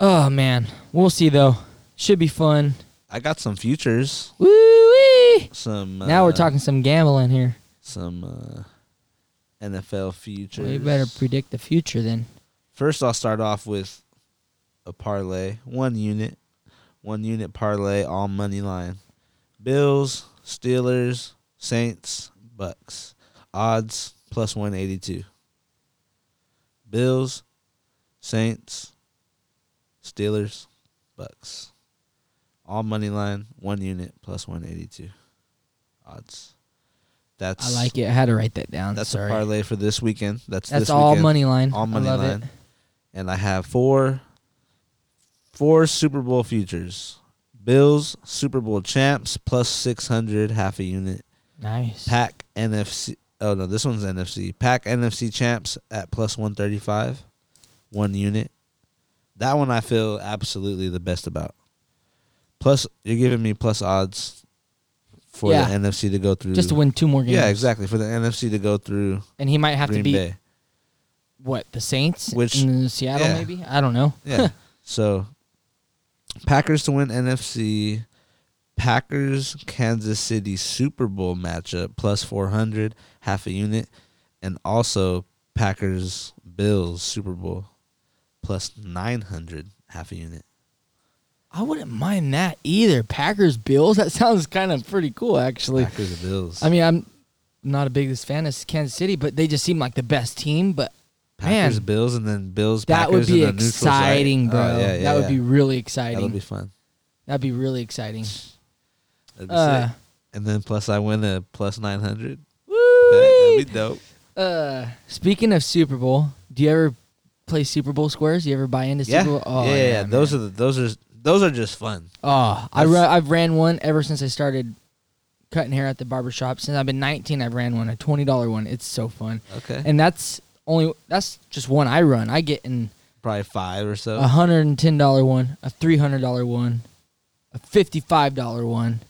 B: Oh man, we'll see though. Should be fun.
A: I got some futures.
B: Woo wee!
A: Some uh,
B: now we're talking some gambling here.
A: some uh, NFL futures.
B: We better predict the future then.
A: First, I'll start off with a parlay, one unit, one unit parlay, all money line. Bills, Steelers, Saints, Bucks. Odds plus 182. Bills, Saints, Steelers, Bucks. All money line, one unit plus 182. Odds. That's
B: I like it. I had to write that down.
A: That's
B: Sorry.
A: a parlay for this weekend. That's
B: That's
A: this
B: all
A: weekend
B: money line.
A: all money
B: [LAUGHS] I love
A: line,
B: It.
A: and I have four, four Super Bowl futures. Bills Super Bowl champs plus six hundred half a unit.
B: Nice.
A: Pack NFC. Oh no, this one's NFC. Pack NFC champs at plus one thirty five, one unit. That one I feel absolutely the best about. Plus, you're giving me plus odds for
B: Yeah.
A: the NFC to go through.
B: Just to win two more games.
A: Yeah, exactly for the NFC to go through
B: And he might have
A: Green
B: to beat
A: Bay.
B: what the Saints,
A: Which-
B: in Seattle
A: yeah.
B: maybe. I don't know.
A: Yeah. so Packers to win NFC, Packers Kansas City Super Bowl matchup plus 400 half a unit and also Packers Bills Super Bowl plus 900 half a unit.
B: I wouldn't mind that either. Packers Bills. That [LAUGHS] sounds kind of pretty cool actually.
A: Packers Bills.
B: I mean, I'm not a biggest fan of Kansas City, but they just seem like the best team. But
A: Packers
B: man.
A: Bills and then Bills
B: That
A: Packers
B: would be
A: in a neutral site.
B: exciting,
A: Oh,
B: bro.
A: yeah, yeah,
B: that would
A: yeah.
B: be really
A: That
B: exciting.
A: would be fun.
B: That'd be, really exciting.
A: That'd be
B: Uh,
A: sick. And then plus I win a plus 900. That,
B: woo!
A: that'd be dope.
B: uh, speaking of Super Bowl, do you ever play Super Bowl squares? You ever buy into
A: Yeah,
B: Super Bowl?
A: yeah, yeah, yeah. Those
B: oh, man.
A: are the those are those are just fun.
B: Oh, I
A: That's-
B: ru- I've ran one ever since I started cutting hair at the barber shop. Since I've been 19, I've ran one, a $20 one. It's so fun.
A: Okay,
B: And that's only that's just one I run. I get in
A: probably five or so.
B: a $110 one, a $300 one, a $55 one,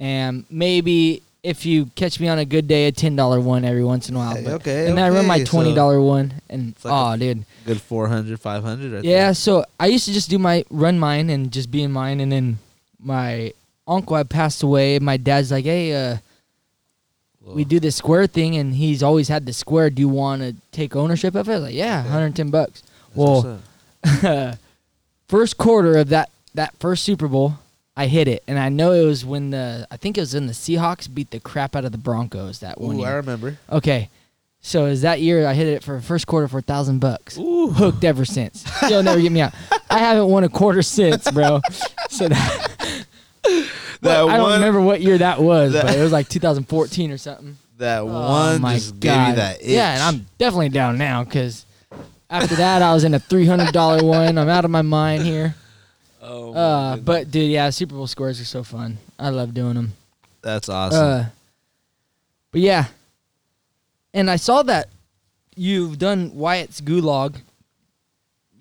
B: and maybe if you catch me on a good day, a $10 one every once in a while.
A: Hey,
B: But-
A: okay,
B: And I run my
A: okay, so-
B: $20 one and
A: It's like
B: oh,
A: a-
B: dude.
A: Good 400, 500 right
B: Yeah,
A: there.
B: so I used to just do my run mine and just be in mine, and then my uncle had passed away. And my dad's like, "Hey, uh,
A: Well,
B: we do this square thing, and he's always had the square. Do you want to take ownership of it?" I was like, "Yeah,
A: Okay.
B: 110 bucks."
A: that's what's
B: Well,
A: up.
B: [LAUGHS] first quarter of that that first Super Bowl, I hit it, and I know it was when the I think it was when the Seahawks beat the crap out of the Broncos that one
A: Ooh, I
B: year.
A: remember.
B: Okay, so is that year I hit it for first quarter for a thousand bucks.
A: Ooh,
B: hooked ever since. You'll never get me out. I haven't won a quarter since,
A: [LAUGHS]
B: bro. So that,
A: that
B: I don't
A: one,
B: remember what year that was,
A: That-
B: but it was like 2014
A: [LAUGHS]
B: or something.
A: that
B: One
A: one just gave you that itch.
B: Oh Yeah, and I'm definitely down now because after that I was in a $300 one. I'm out of my mind here.
A: Oh, my
B: Uh,
A: goodness.
B: but dude, yeah, Super Bowl scores are so fun. I love doing them.
A: that's awesome.
B: Uh, but yeah, and I saw that you've done Wyatt's Gulag,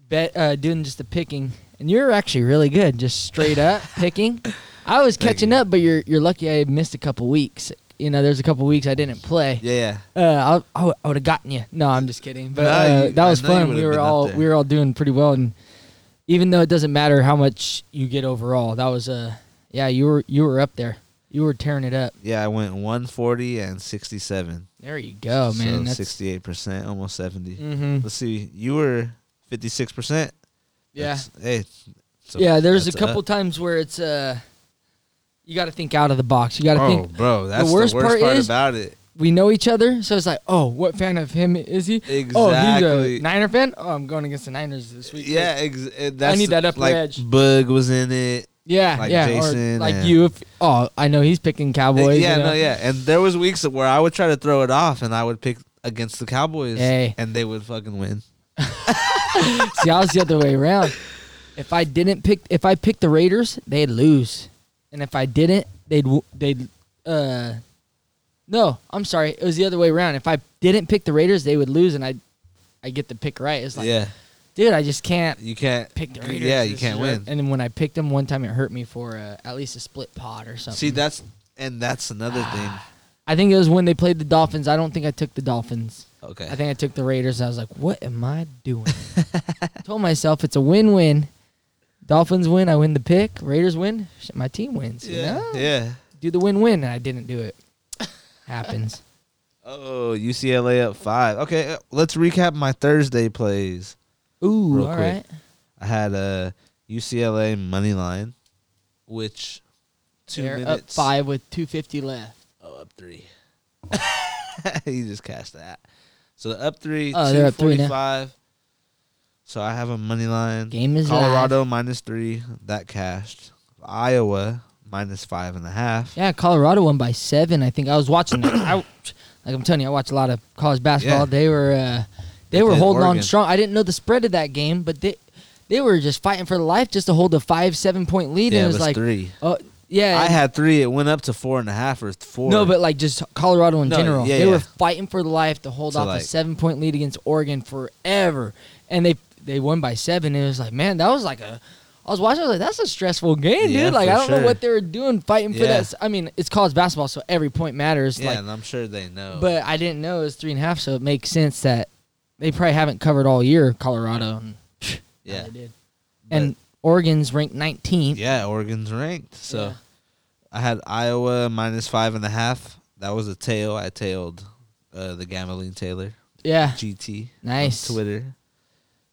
B: bet uh, doing just the picking, and you're actually really good, just
A: [LAUGHS]
B: straight up picking. I was
A: Thank
B: catching
A: you.
B: up, but you're you're lucky I missed a couple weeks. You know, there's a couple weeks I didn't play.
A: yeah, yeah.
B: Uh, I, I would have gotten you. No, I'm just kidding. But
A: No,
B: uh,
A: you-
B: that
A: I
B: was
A: know you
B: fun.
A: would've
B: We were
A: been up
B: all
A: there.
B: we were all doing pretty well, and even though it doesn't matter how much you get overall, that was uh yeah you were you were up there. You were tearing it up.
A: Yeah, I went 140 and 67.
B: There you go, Oh, man.
A: so
B: That's
A: 68%, almost 70.
B: hmm
A: Let's see. You were 56%.
B: Yeah,
A: That's- hey. so
B: yeah. There's a
A: that's
B: couple
A: up.
B: times where it's uh you got to think out of the box. You got to
A: oh,
B: think.
A: bro, that's the worst,
B: worst
A: part,
B: part is-
A: about it.
B: We know each other, so it's like, oh, what fan of him is he? Oh, he's
A: Exactly.
B: a Niner fan. Oh, I'm going against the Niners this week.
A: yeah, ex- eh, that's
B: need that upper
A: like,
B: edge.
A: Bug was in it.
B: yeah,
A: Like
B: yeah. or
A: Jason
B: like
A: and-
B: you. If, oh, I know he's picking Cowboys.
A: yeah,
B: you know?
A: no, yeah. And there was weeks where I would try to throw it off, and I would pick against the Cowboys,
B: Hey.
A: and they would fucking win.
B: See, I was the other way around. If I didn't pick, if I picked the Raiders, they'd lose, and if I didn't, they'd w- they'd uh, no, I'm sorry, it was the other way around. If I didn't pick the Raiders, they would lose, and I, I get the pick right. It's like,
A: yeah,
B: dude, I just can't
A: you can't
B: pick the Raiders.
A: Yeah, you
B: This
A: can't
B: is-
A: win.
B: And then when I picked them one time, it hurt me for uh, at least a split pod or something.
A: See, that's and that's another thing.
B: I think it was when they played the Dolphins. I don't think I took the Dolphins.
A: Okay,
B: I think I took the Raiders. And I was like, "What am I doing?" [LAUGHS] Told myself it's a win-win. Dolphins win, I win the pick. Raiders win, shit, my team wins.
A: yeah,
B: You know,
A: yeah.
B: do the win-win, and I didn't
A: [LAUGHS]
B: do it. Happens.
A: Oh, UCLA up five. Okay, uh, let's recap my Thursday plays.
B: Ooh,
A: Real
B: all
A: quick.
B: right.
A: I had a UCLA money line, which 2
B: They're up
A: minutes
B: five with two fifty left.
A: Oh, up three. [LAUGHS] he just cashed that. So the up three,
B: Oh,
A: two
B: they're up three now.
A: forty-five. So I have a money line.
B: Game is live.
A: Colorado minus three. That cashed. Iowa minus five and a half.
B: Yeah, Colorado won by seven. I think I was watching. that. I, like I'm telling you, I watch a lot of college basketball.
A: Yeah.
B: They were uh, they,
A: They
B: were
A: played
B: holding on
A: Oregon.
B: strong. I didn't know the spread of that game, but they they were just fighting for life just to hold a five seven point lead.
A: Yeah, it
B: and it was,
A: was
B: like,
A: three.
B: oh yeah,
A: I had three. It went up to four and a half or four.
B: No, but like just Colorado in
A: No,
B: general.
A: yeah,
B: they
A: yeah.
B: were fighting for life to hold
A: So,
B: off
A: like-
B: a seven point lead against Oregon forever. And they they won by seven. And it was like, man, that was like a I was watching, I was like, that's a stressful game,
A: Yeah,
B: dude. Like
A: for
B: I don't
A: sure.
B: know what they were doing fighting for
A: Yeah.
B: that. I mean, it's college basketball, so every point matters.
A: yeah,
B: like
A: and I'm sure they know.
B: but I didn't know it was three and a half, so it makes sense that they probably haven't covered all year Colorado and
A: yeah,
B: they did.
A: but-
B: and Oregon's ranked nineteenth.
A: yeah, Oregon's ranked. So
B: Yeah.
A: I had Iowa minus five and a half. That was a tail. I tailed uh, the Gambling Taylor
B: Yeah.
A: GT. on
B: Nice.
A: Twitter.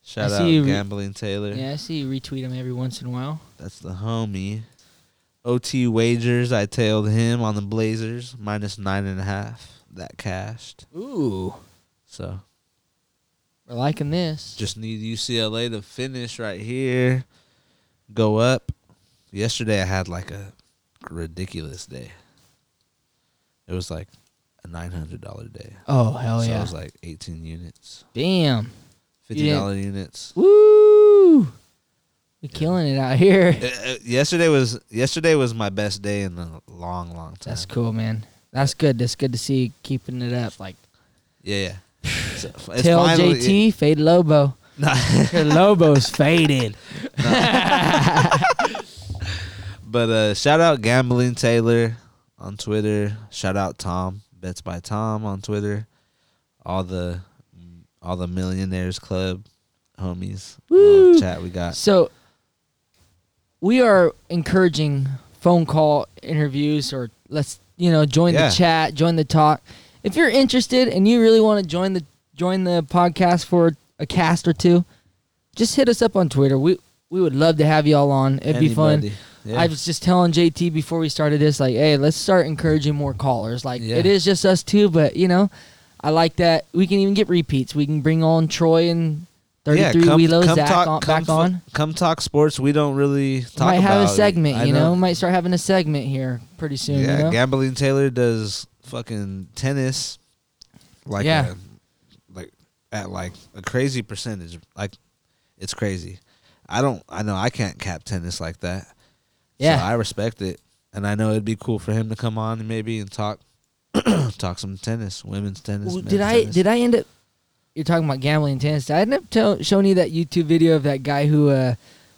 A: Shout
B: I
A: out
B: see you re-
A: Gambling Taylor.
B: Yeah, I see you retweet them every once in a while.
A: That's the homie. OT wagers. I tailed him on the Blazers minus nine and a half. That cashed.
B: Ooh.
A: So
B: We're liking this.
A: just need UCLA to finish right here. Go up. Yesterday I had like a ridiculous day. It was like a nine hundred dollar day.
B: Oh hell
A: so it
B: yeah!
A: was like eighteen units.
B: Damn.
A: fifty dollar units.
B: Woo! We killing it out here.
A: Uh, uh, yesterday was yesterday was my best day in a long, long time.
B: That's cool, man. That's good. That's good to see you keeping it up. Like
A: Yeah, yeah.
B: [SIGHS]
A: So, f- it's
B: tell
A: finally- [LAUGHS]
B: JT fade Lobo.
A: Nah. [LAUGHS]
B: Your Lobo's faded. [LAUGHS]
A: But uh, shout out Gambling Taylor on Twitter. Shout out Tom Bets by Tom on Twitter. All the all the Millionaires Club homies
B: Woo.
A: uh, chat we got.
B: So we are encouraging phone call interviews or let's you know join
A: Yeah.
B: the chat, join the talk. If you're interested and you really want to join the join the podcast for a cast or two, just hit us up on Twitter. We we would love to have y'all on. It'd be fun.
A: Anybody. Yeah.
B: I was just telling JT before we started this, like, hey, let's start encouraging more callers. Like,
A: Yeah.
B: it is just us two, but you know, I like that we can even get repeats. We can bring on Troy and
A: Yeah,
B: 33
A: come-
B: Wheelos
A: come
B: Zach
A: talk-
B: on,
A: come
B: back
A: fu-
B: on.
A: Come talk sports. We don't really talk
B: Might have a
A: about-
B: segment,
A: I
B: you know? Might start having a segment here pretty soon.
A: yeah,
B: you know?
A: Gambling Taylor does fucking tennis, like
B: Yeah.
A: a- like at like a crazy percentage. Like it's crazy. I don't. I know I can't cap tennis like that.
B: Yeah.
A: so I respect it, and I know it'd be cool for him to come on and maybe and talk, [COUGHS] talk some tennis, women's tennis.
B: Ooh,
A: men's
B: did I
A: tennis.
B: did I end up? You're talking about gambling and tennis. Did I end up tell, showing you that YouTube video of that guy who uh,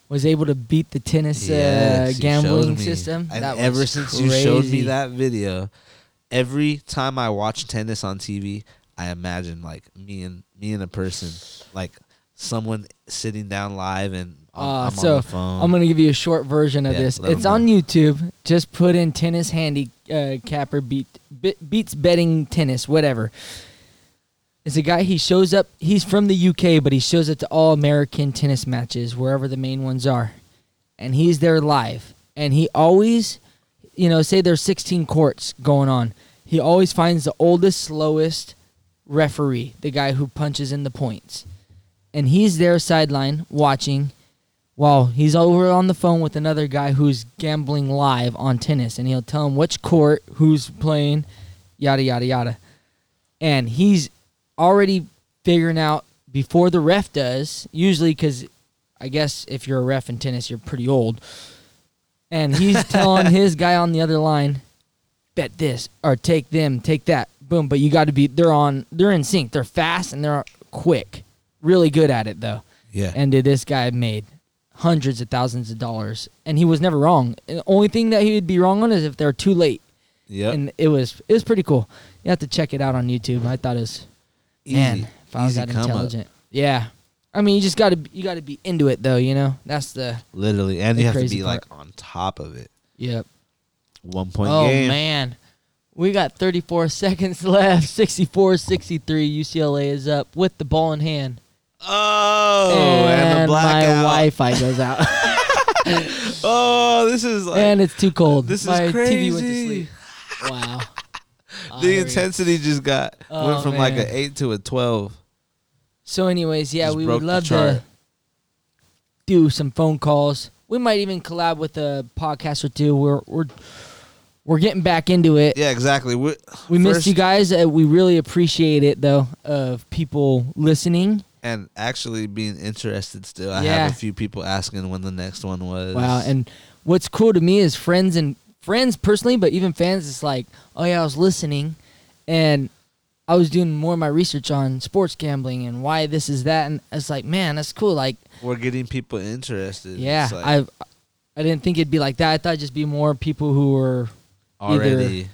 B: was able to beat the tennis
A: Yes, you
B: uh,
A: showed
B: gambling
A: me.
B: system?
A: And
B: That was
A: ever since you showed me
B: crazy.
A: that video, every time I watch tennis on TV, I imagine like me and me and a person, like someone sitting down live and I'm,
B: Uh,
A: I'm
B: so
A: on the phone.
B: I'm gonna give you a short version of
A: Yeah,
B: this.
A: let 'em
B: It's on YouTube. Just put in tennis handy uh, capper beat be- beats betting tennis whatever. It's a guy. He shows up. He's from the UK, but he shows up to all American tennis matches wherever the main ones are, and he's there live. And he always, you know, say there's 16 courts going on. He always finds the oldest, slowest referee, the guy who punches in the points and he's there sideline watching while he's over on the phone with another guy who's gambling live on tennis and he'll tell him which court who's playing yada yada yada and he's already figuring out before the ref does usually because i guess if you're a ref in tennis you're pretty old and he's telling his guy on the other line bet this or take them take that boom but you got to be they're on they're in sync they're fast and they're quick really good at it though
A: yeah,
B: and did this guy made hundreds of thousands of dollars and he was never wrong and the only thing that he would be wrong on is if they're too late
A: yep.
B: and it was it was pretty cool you have to check it out on youtube i thought it was
A: Easy-
B: man if i was
A: easy
B: that
A: come up,
B: intelligent yeah i mean you just gotta you gotta be into it though you know that's the
A: literally, and
B: the
A: you have to
B: crazy
A: be
B: part.
A: like on top of it.
B: yep
A: One point
B: oh
A: game.
B: man we got 34 [LAUGHS] seconds left 64 63 ucla is up with the ball in hand
A: Oh, and, the blackout.
B: my wi-fi
A: [LAUGHS]
B: goes out
A: Oh, this is like
B: and it's too cold.
A: this is
B: My TV went to
A: crazy.
B: sleep. Wow.
A: [LAUGHS]
B: Uh,
A: the
B: there we go.
A: intensity just got
B: Oh,
A: went from like
B: man.
A: an eight to a twelve.
B: So, anyways, yeah,
A: Just
B: we
A: broke
B: would
A: the
B: love to
A: chart.
B: do some phone calls. We might even collab with a podcast or two. We're we're we're getting back into it.
A: Yeah, exactly. We're,
B: we missed
A: first-
B: you guys. Uh, we really appreciate it though of people listening.
A: and actually being interested still. I
B: Yeah.
A: have a few people asking when the next one was.
B: Wow. And what's cool to me is friends and friends personally, but even fans, it's like, oh yeah, I was listening and I was doing more of my research on sports gambling and why this is that. And it's like, man, that's cool. Like,
A: we're getting people interested.
B: yeah,
A: It's like
B: I I didn't think it'd be like that. I thought it'd just be more people who were
A: already.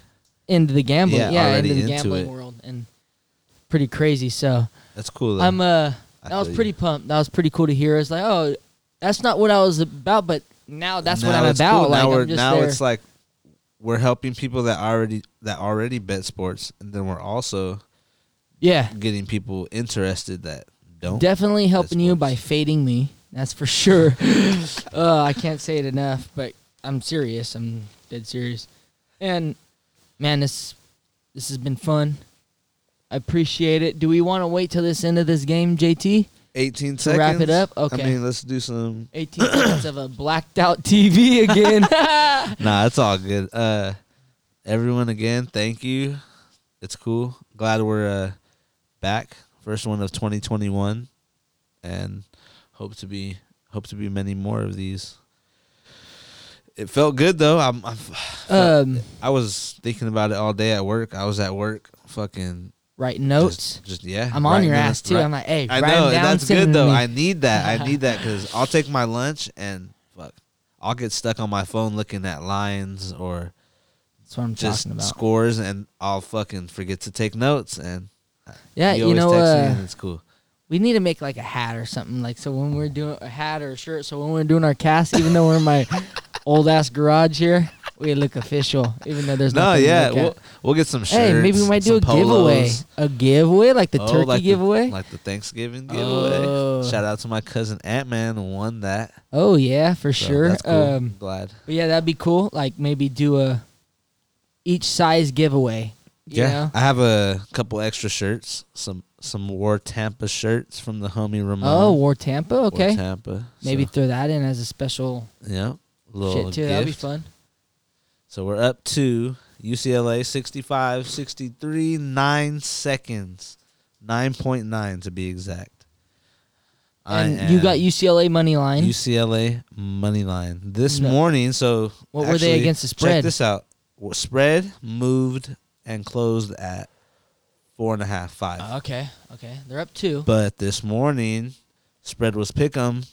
B: into the gambling. Yeah,
A: Yeah, already
B: into the
A: into
B: gambling
A: it.
B: world. And pretty crazy. So
A: That's cool. Though.
B: I'm, uh,
A: I
B: that was
A: feel you.
B: pretty pumped. That was pretty cool to hear. It's like, oh, that's not what I was about, but now that's what
A: Now
B: I'm
A: it's
B: about.
A: cool.
B: Like,
A: now
B: I'm
A: we're
B: just
A: now
B: there.
A: it's like we're helping people that already that already bet sports, and then we're also
B: yeah.
A: getting people interested that don't.
B: Definitely helping you
A: sports.
B: by fading me. That's for sure. [LAUGHS] uh, I can't say it enough, but I'm serious. I'm dead serious. And man, this this has been fun. I appreciate it. Do we want to wait till this end of this game, JT?
A: Eighteen
B: To
A: seconds.
B: wrap it up?
A: I
B: Okay.
A: mean, let's do some. [COUGHS]
B: 18 seconds of a blacked out
A: [LAUGHS]
B: TV again.
A: Nah, it's all good. Uh, everyone again, thank you. It's cool. Glad we're uh back. First one of 2021. and hope to be hope to be many more of these. It felt good though. I'm, I'm
B: Um,
A: I was thinking about it all day at work. I was at work, fucking
B: writing notes.
A: Just, just- yeah,
B: I'm on
A: writing
B: your
A: in-
B: ass too.
A: write-
B: I'm like, hey,
A: I
B: write 'em
A: know and
B: down,
A: that's
B: send
A: good
B: 'em to
A: though.
B: me.
A: I need that. I need that
B: [LAUGHS]
A: because I'll take my lunch and fuck, I'll get stuck on my phone looking at lines or
B: That's what I'm
A: just
B: talking about.
A: scores, and I'll fucking forget to take notes. And
B: yeah,
A: he
B: you
A: always
B: know,
A: texts me
B: uh,
A: and it's cool.
B: we need to make like a hat or something. Like, so when we're doing a hat or a shirt, so when we're doing our cast, even though we're
A: [LAUGHS]
B: in my old ass garage here, we look official, even though there's
A: No,
B: nothing to
A: yeah,
B: look at.
A: we'll, we'll get some shirts.
B: Hey, maybe we might do a
A: some
B: giveaway.
A: polos.
B: A giveaway, like the
A: Oh,
B: turkey
A: like the-
B: giveaway.
A: like the Thanksgiving giveaway.
B: Oh.
A: Shout out to my cousin Ant Man who won that.
B: oh yeah, for
A: So
B: sure.
A: that's cool.
B: Um,
A: glad.
B: but yeah, that'd be cool. Like maybe do a each size giveaway. You
A: Yeah,
B: know?
A: I have a couple extra shirts. Some some War Tampa shirts from the homie Ramon.
B: Oh, War Tampa.
A: War
B: Okay.
A: Mm-hmm. Tampa.
B: Maybe
A: So,
B: throw that in as a special
A: yeah, little
B: shit too. That'd be
A: gift.
B: fun.
A: So we're up to UCLA 65, 63, nine seconds, nine point nine to be exact. I
B: And you got
A: am
B: UCLA money line.
A: UCLA money line this
B: No.
A: morning. So
B: what were they
A: actually,
B: against the
A: Check
B: spread?
A: this out. W- Spread moved and closed at four and a half, five.
B: Oh, okay, okay, they're up two.
A: But this morning, spread was pick'em.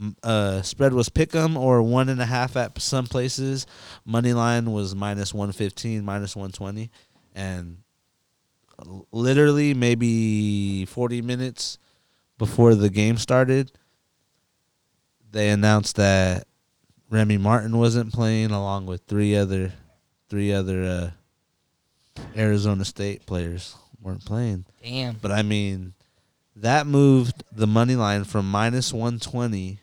A: M- Uh, spread was pick'em or one and a half at some places. Money line was minus one fifteen, minus one twenty, and l- literally maybe forty minutes before the game started, they announced that Remy Martin wasn't playing along with three other, three other uh, Arizona State players weren't playing.
B: Damn.
A: But I mean, that moved the money line from minus 120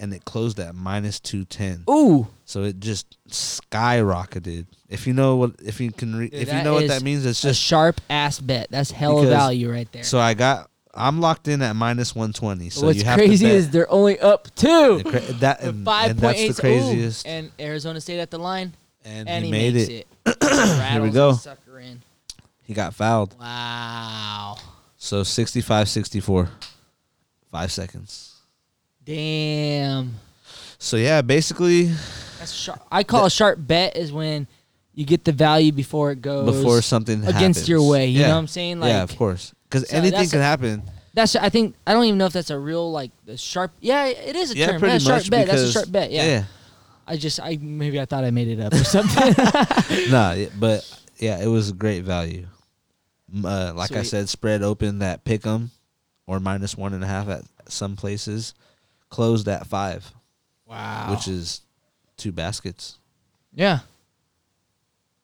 A: and it closed at minus 210.
B: Ooh,
A: So it just skyrocketed. If you know what if you can re-
B: Dude,
A: if you
B: that
A: know what
B: is
A: that means, it's
B: a
A: just
B: sharp ass bet. That's hell of
A: Because-
B: value right there.
A: so I got I'm locked in at minus 120. So
B: What's
A: you have
B: crazy
A: to bet.
B: is they're only up two.
A: The cra- that
B: [LAUGHS] With
A: and,
B: five
A: and
B: point
A: that's
B: eight
A: the craziest
B: and Arizona State at the line,
A: and,
B: and,
A: he,
B: he,
A: made
B: makes
A: it.
B: it.
A: [CLEARS THROAT] Here
B: Rattles
A: we
B: the
A: go.
B: Sucker in.
A: He got fouled.
B: Wow.
A: So 65-64. 5 seconds.
B: Damn.
A: So yeah, basically
B: That's sharp. I call a sharp bet is when you get the value before it goes
A: before something
B: against
A: happens.
B: your way. You
A: yeah.
B: know what I'm saying? Like
A: yeah, of course. Because
B: So
A: anything
B: that's
A: can
B: a-
A: happen.
B: that's. I think I don't even know if that's a real like the sharp. Yeah, it is a
A: Yeah,
B: term.
A: pretty
B: that's a sharp
A: much.
B: bet. That's a
A: because-
B: sharp bet. Yeah. I just I maybe I thought I made it up or [LAUGHS] something.
A: yeah. nah, yeah, but yeah, it was great value. M- Uh, like I
B: Sweet.
A: said, spread open that pick 'em or minus one and a half at some places, closed at five,
B: wow.
A: which is two baskets.
B: yeah.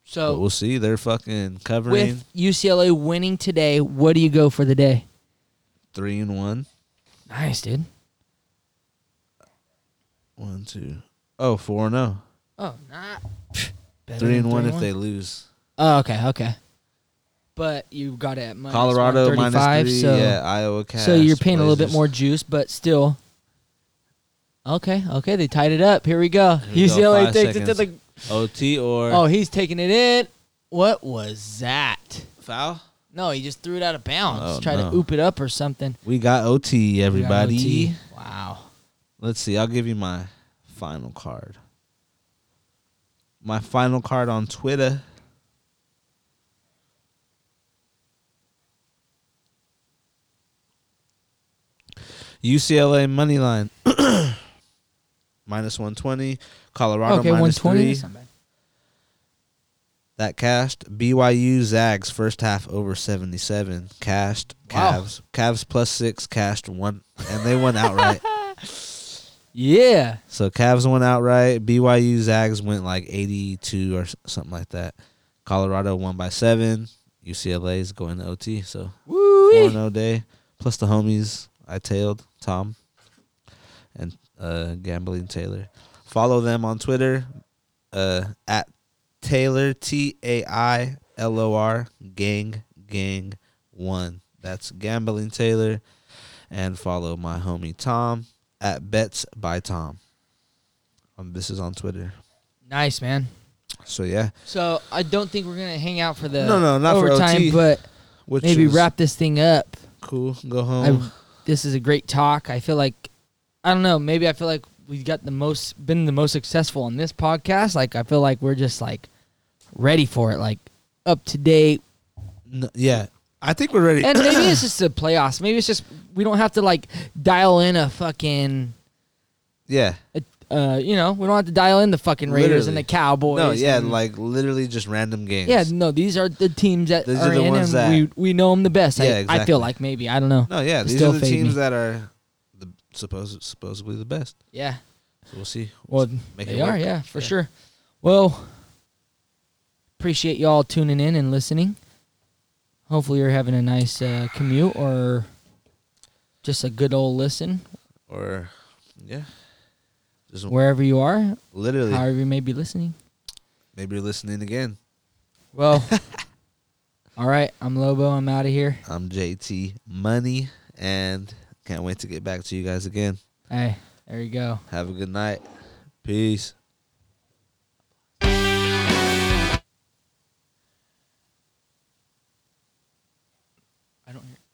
A: But
B: So
A: we'll see. They're fucking covering
B: with UCLA winning today, what do you go for the day?
A: three and one.
B: Nice, dude.
A: One, two. Oh, four and oh.
B: Oh, not
A: Three and one if they lose.
B: Oh, okay, okay. But you got it at minus
A: Colorado minus
B: 135,
A: three.
B: so
A: yeah, Iowa Cavs.
B: so you're paying a little bit
A: Blazers.
B: more juice, but still. Okay, okay, they tied it up. Here we go.
A: Here we go,
B: UCLA
A: five
B: takes it to the.
A: seconds. OT or
B: Oh, he's taking it in. What was that?
A: foul?
B: No, he just threw it out of bounds.
A: Oh,
B: Try
A: no.
B: to oop it up or something.
A: We got OT,
B: We got
A: everybody.
B: OT. Wow.
A: Let's see. I'll give you my final card. My final card on Twitter. UCLA money line [COUGHS] minus one twenty, Colorado
B: okay,
A: minus
B: 120.
A: three.
B: That's not bad.
A: That cashed BYU Zags first half over seventy seven cashed
B: Wow.
A: Cavs Cavs plus six cashed one and they won outright.
B: Yeah.
A: So Cavs went outright. BYU Zags went like 82 or s- something like that. Colorado won by seven. UCLA is going to OT. So
B: Woo-wee.
A: 4 0 day. Plus the homies I tailed, Tom and uh, Gambling Taylor. Follow them on Twitter uh, at Taylor, T A I L O R, Gang Gang 1. That's Gambling Taylor. And follow my homie Tom at Bets by Tom. Um, this is on Twitter.
B: Nice, man.
A: So yeah,
B: So I don't think we're gonna hang out for the
A: No, no, not for
B: overtime,
A: OT,
B: but
A: which
B: maybe
A: is
B: wrap this thing up.
A: cool. Go
B: I
A: home.
B: this is a great talk. I feel like I don't know, maybe I feel like we've got the most been the most successful on this podcast. Like I feel like we're just like ready for it, like up to date.
A: N- yeah, I think we're ready.
B: And maybe it's just the playoffs. Maybe it's just we don't have to like dial in a fucking
A: yeah,
B: uh, you know, we don't have to dial in the fucking Raiders and
A: Literally.
B: the Cowboys.
A: no, yeah,
B: and-
A: like literally just random games.
B: yeah, no, these are the teams that
A: These
B: are,
A: are the
B: in,
A: ones
B: and
A: that-
B: we we know them the best. I,
A: Yeah,
B: I feel
A: exactly.
B: like maybe I don't know.
A: no, yeah, these
B: Still
A: are the
B: fade
A: teams
B: me.
A: that are the supposed supposedly the best.
B: Yeah,
A: So we'll see.
B: well,
A: Make
B: they
A: it work.
B: are. Yeah, for
A: Yeah.
B: sure. Well, appreciate y'all tuning in and listening. Hopefully, you're having a nice uh, commute or just a good old listen
A: Or yeah, just
B: wherever you are,
A: literally
B: however you may be listening.
A: maybe you're listening again. [LAUGHS]
B: Well, all right, I'm Lobo. I'm out of here.
A: I'm JT Money, and can't wait to get back to you guys again.
B: Hey, there you go.
A: Have a good night. Peace.
B: I don't hear.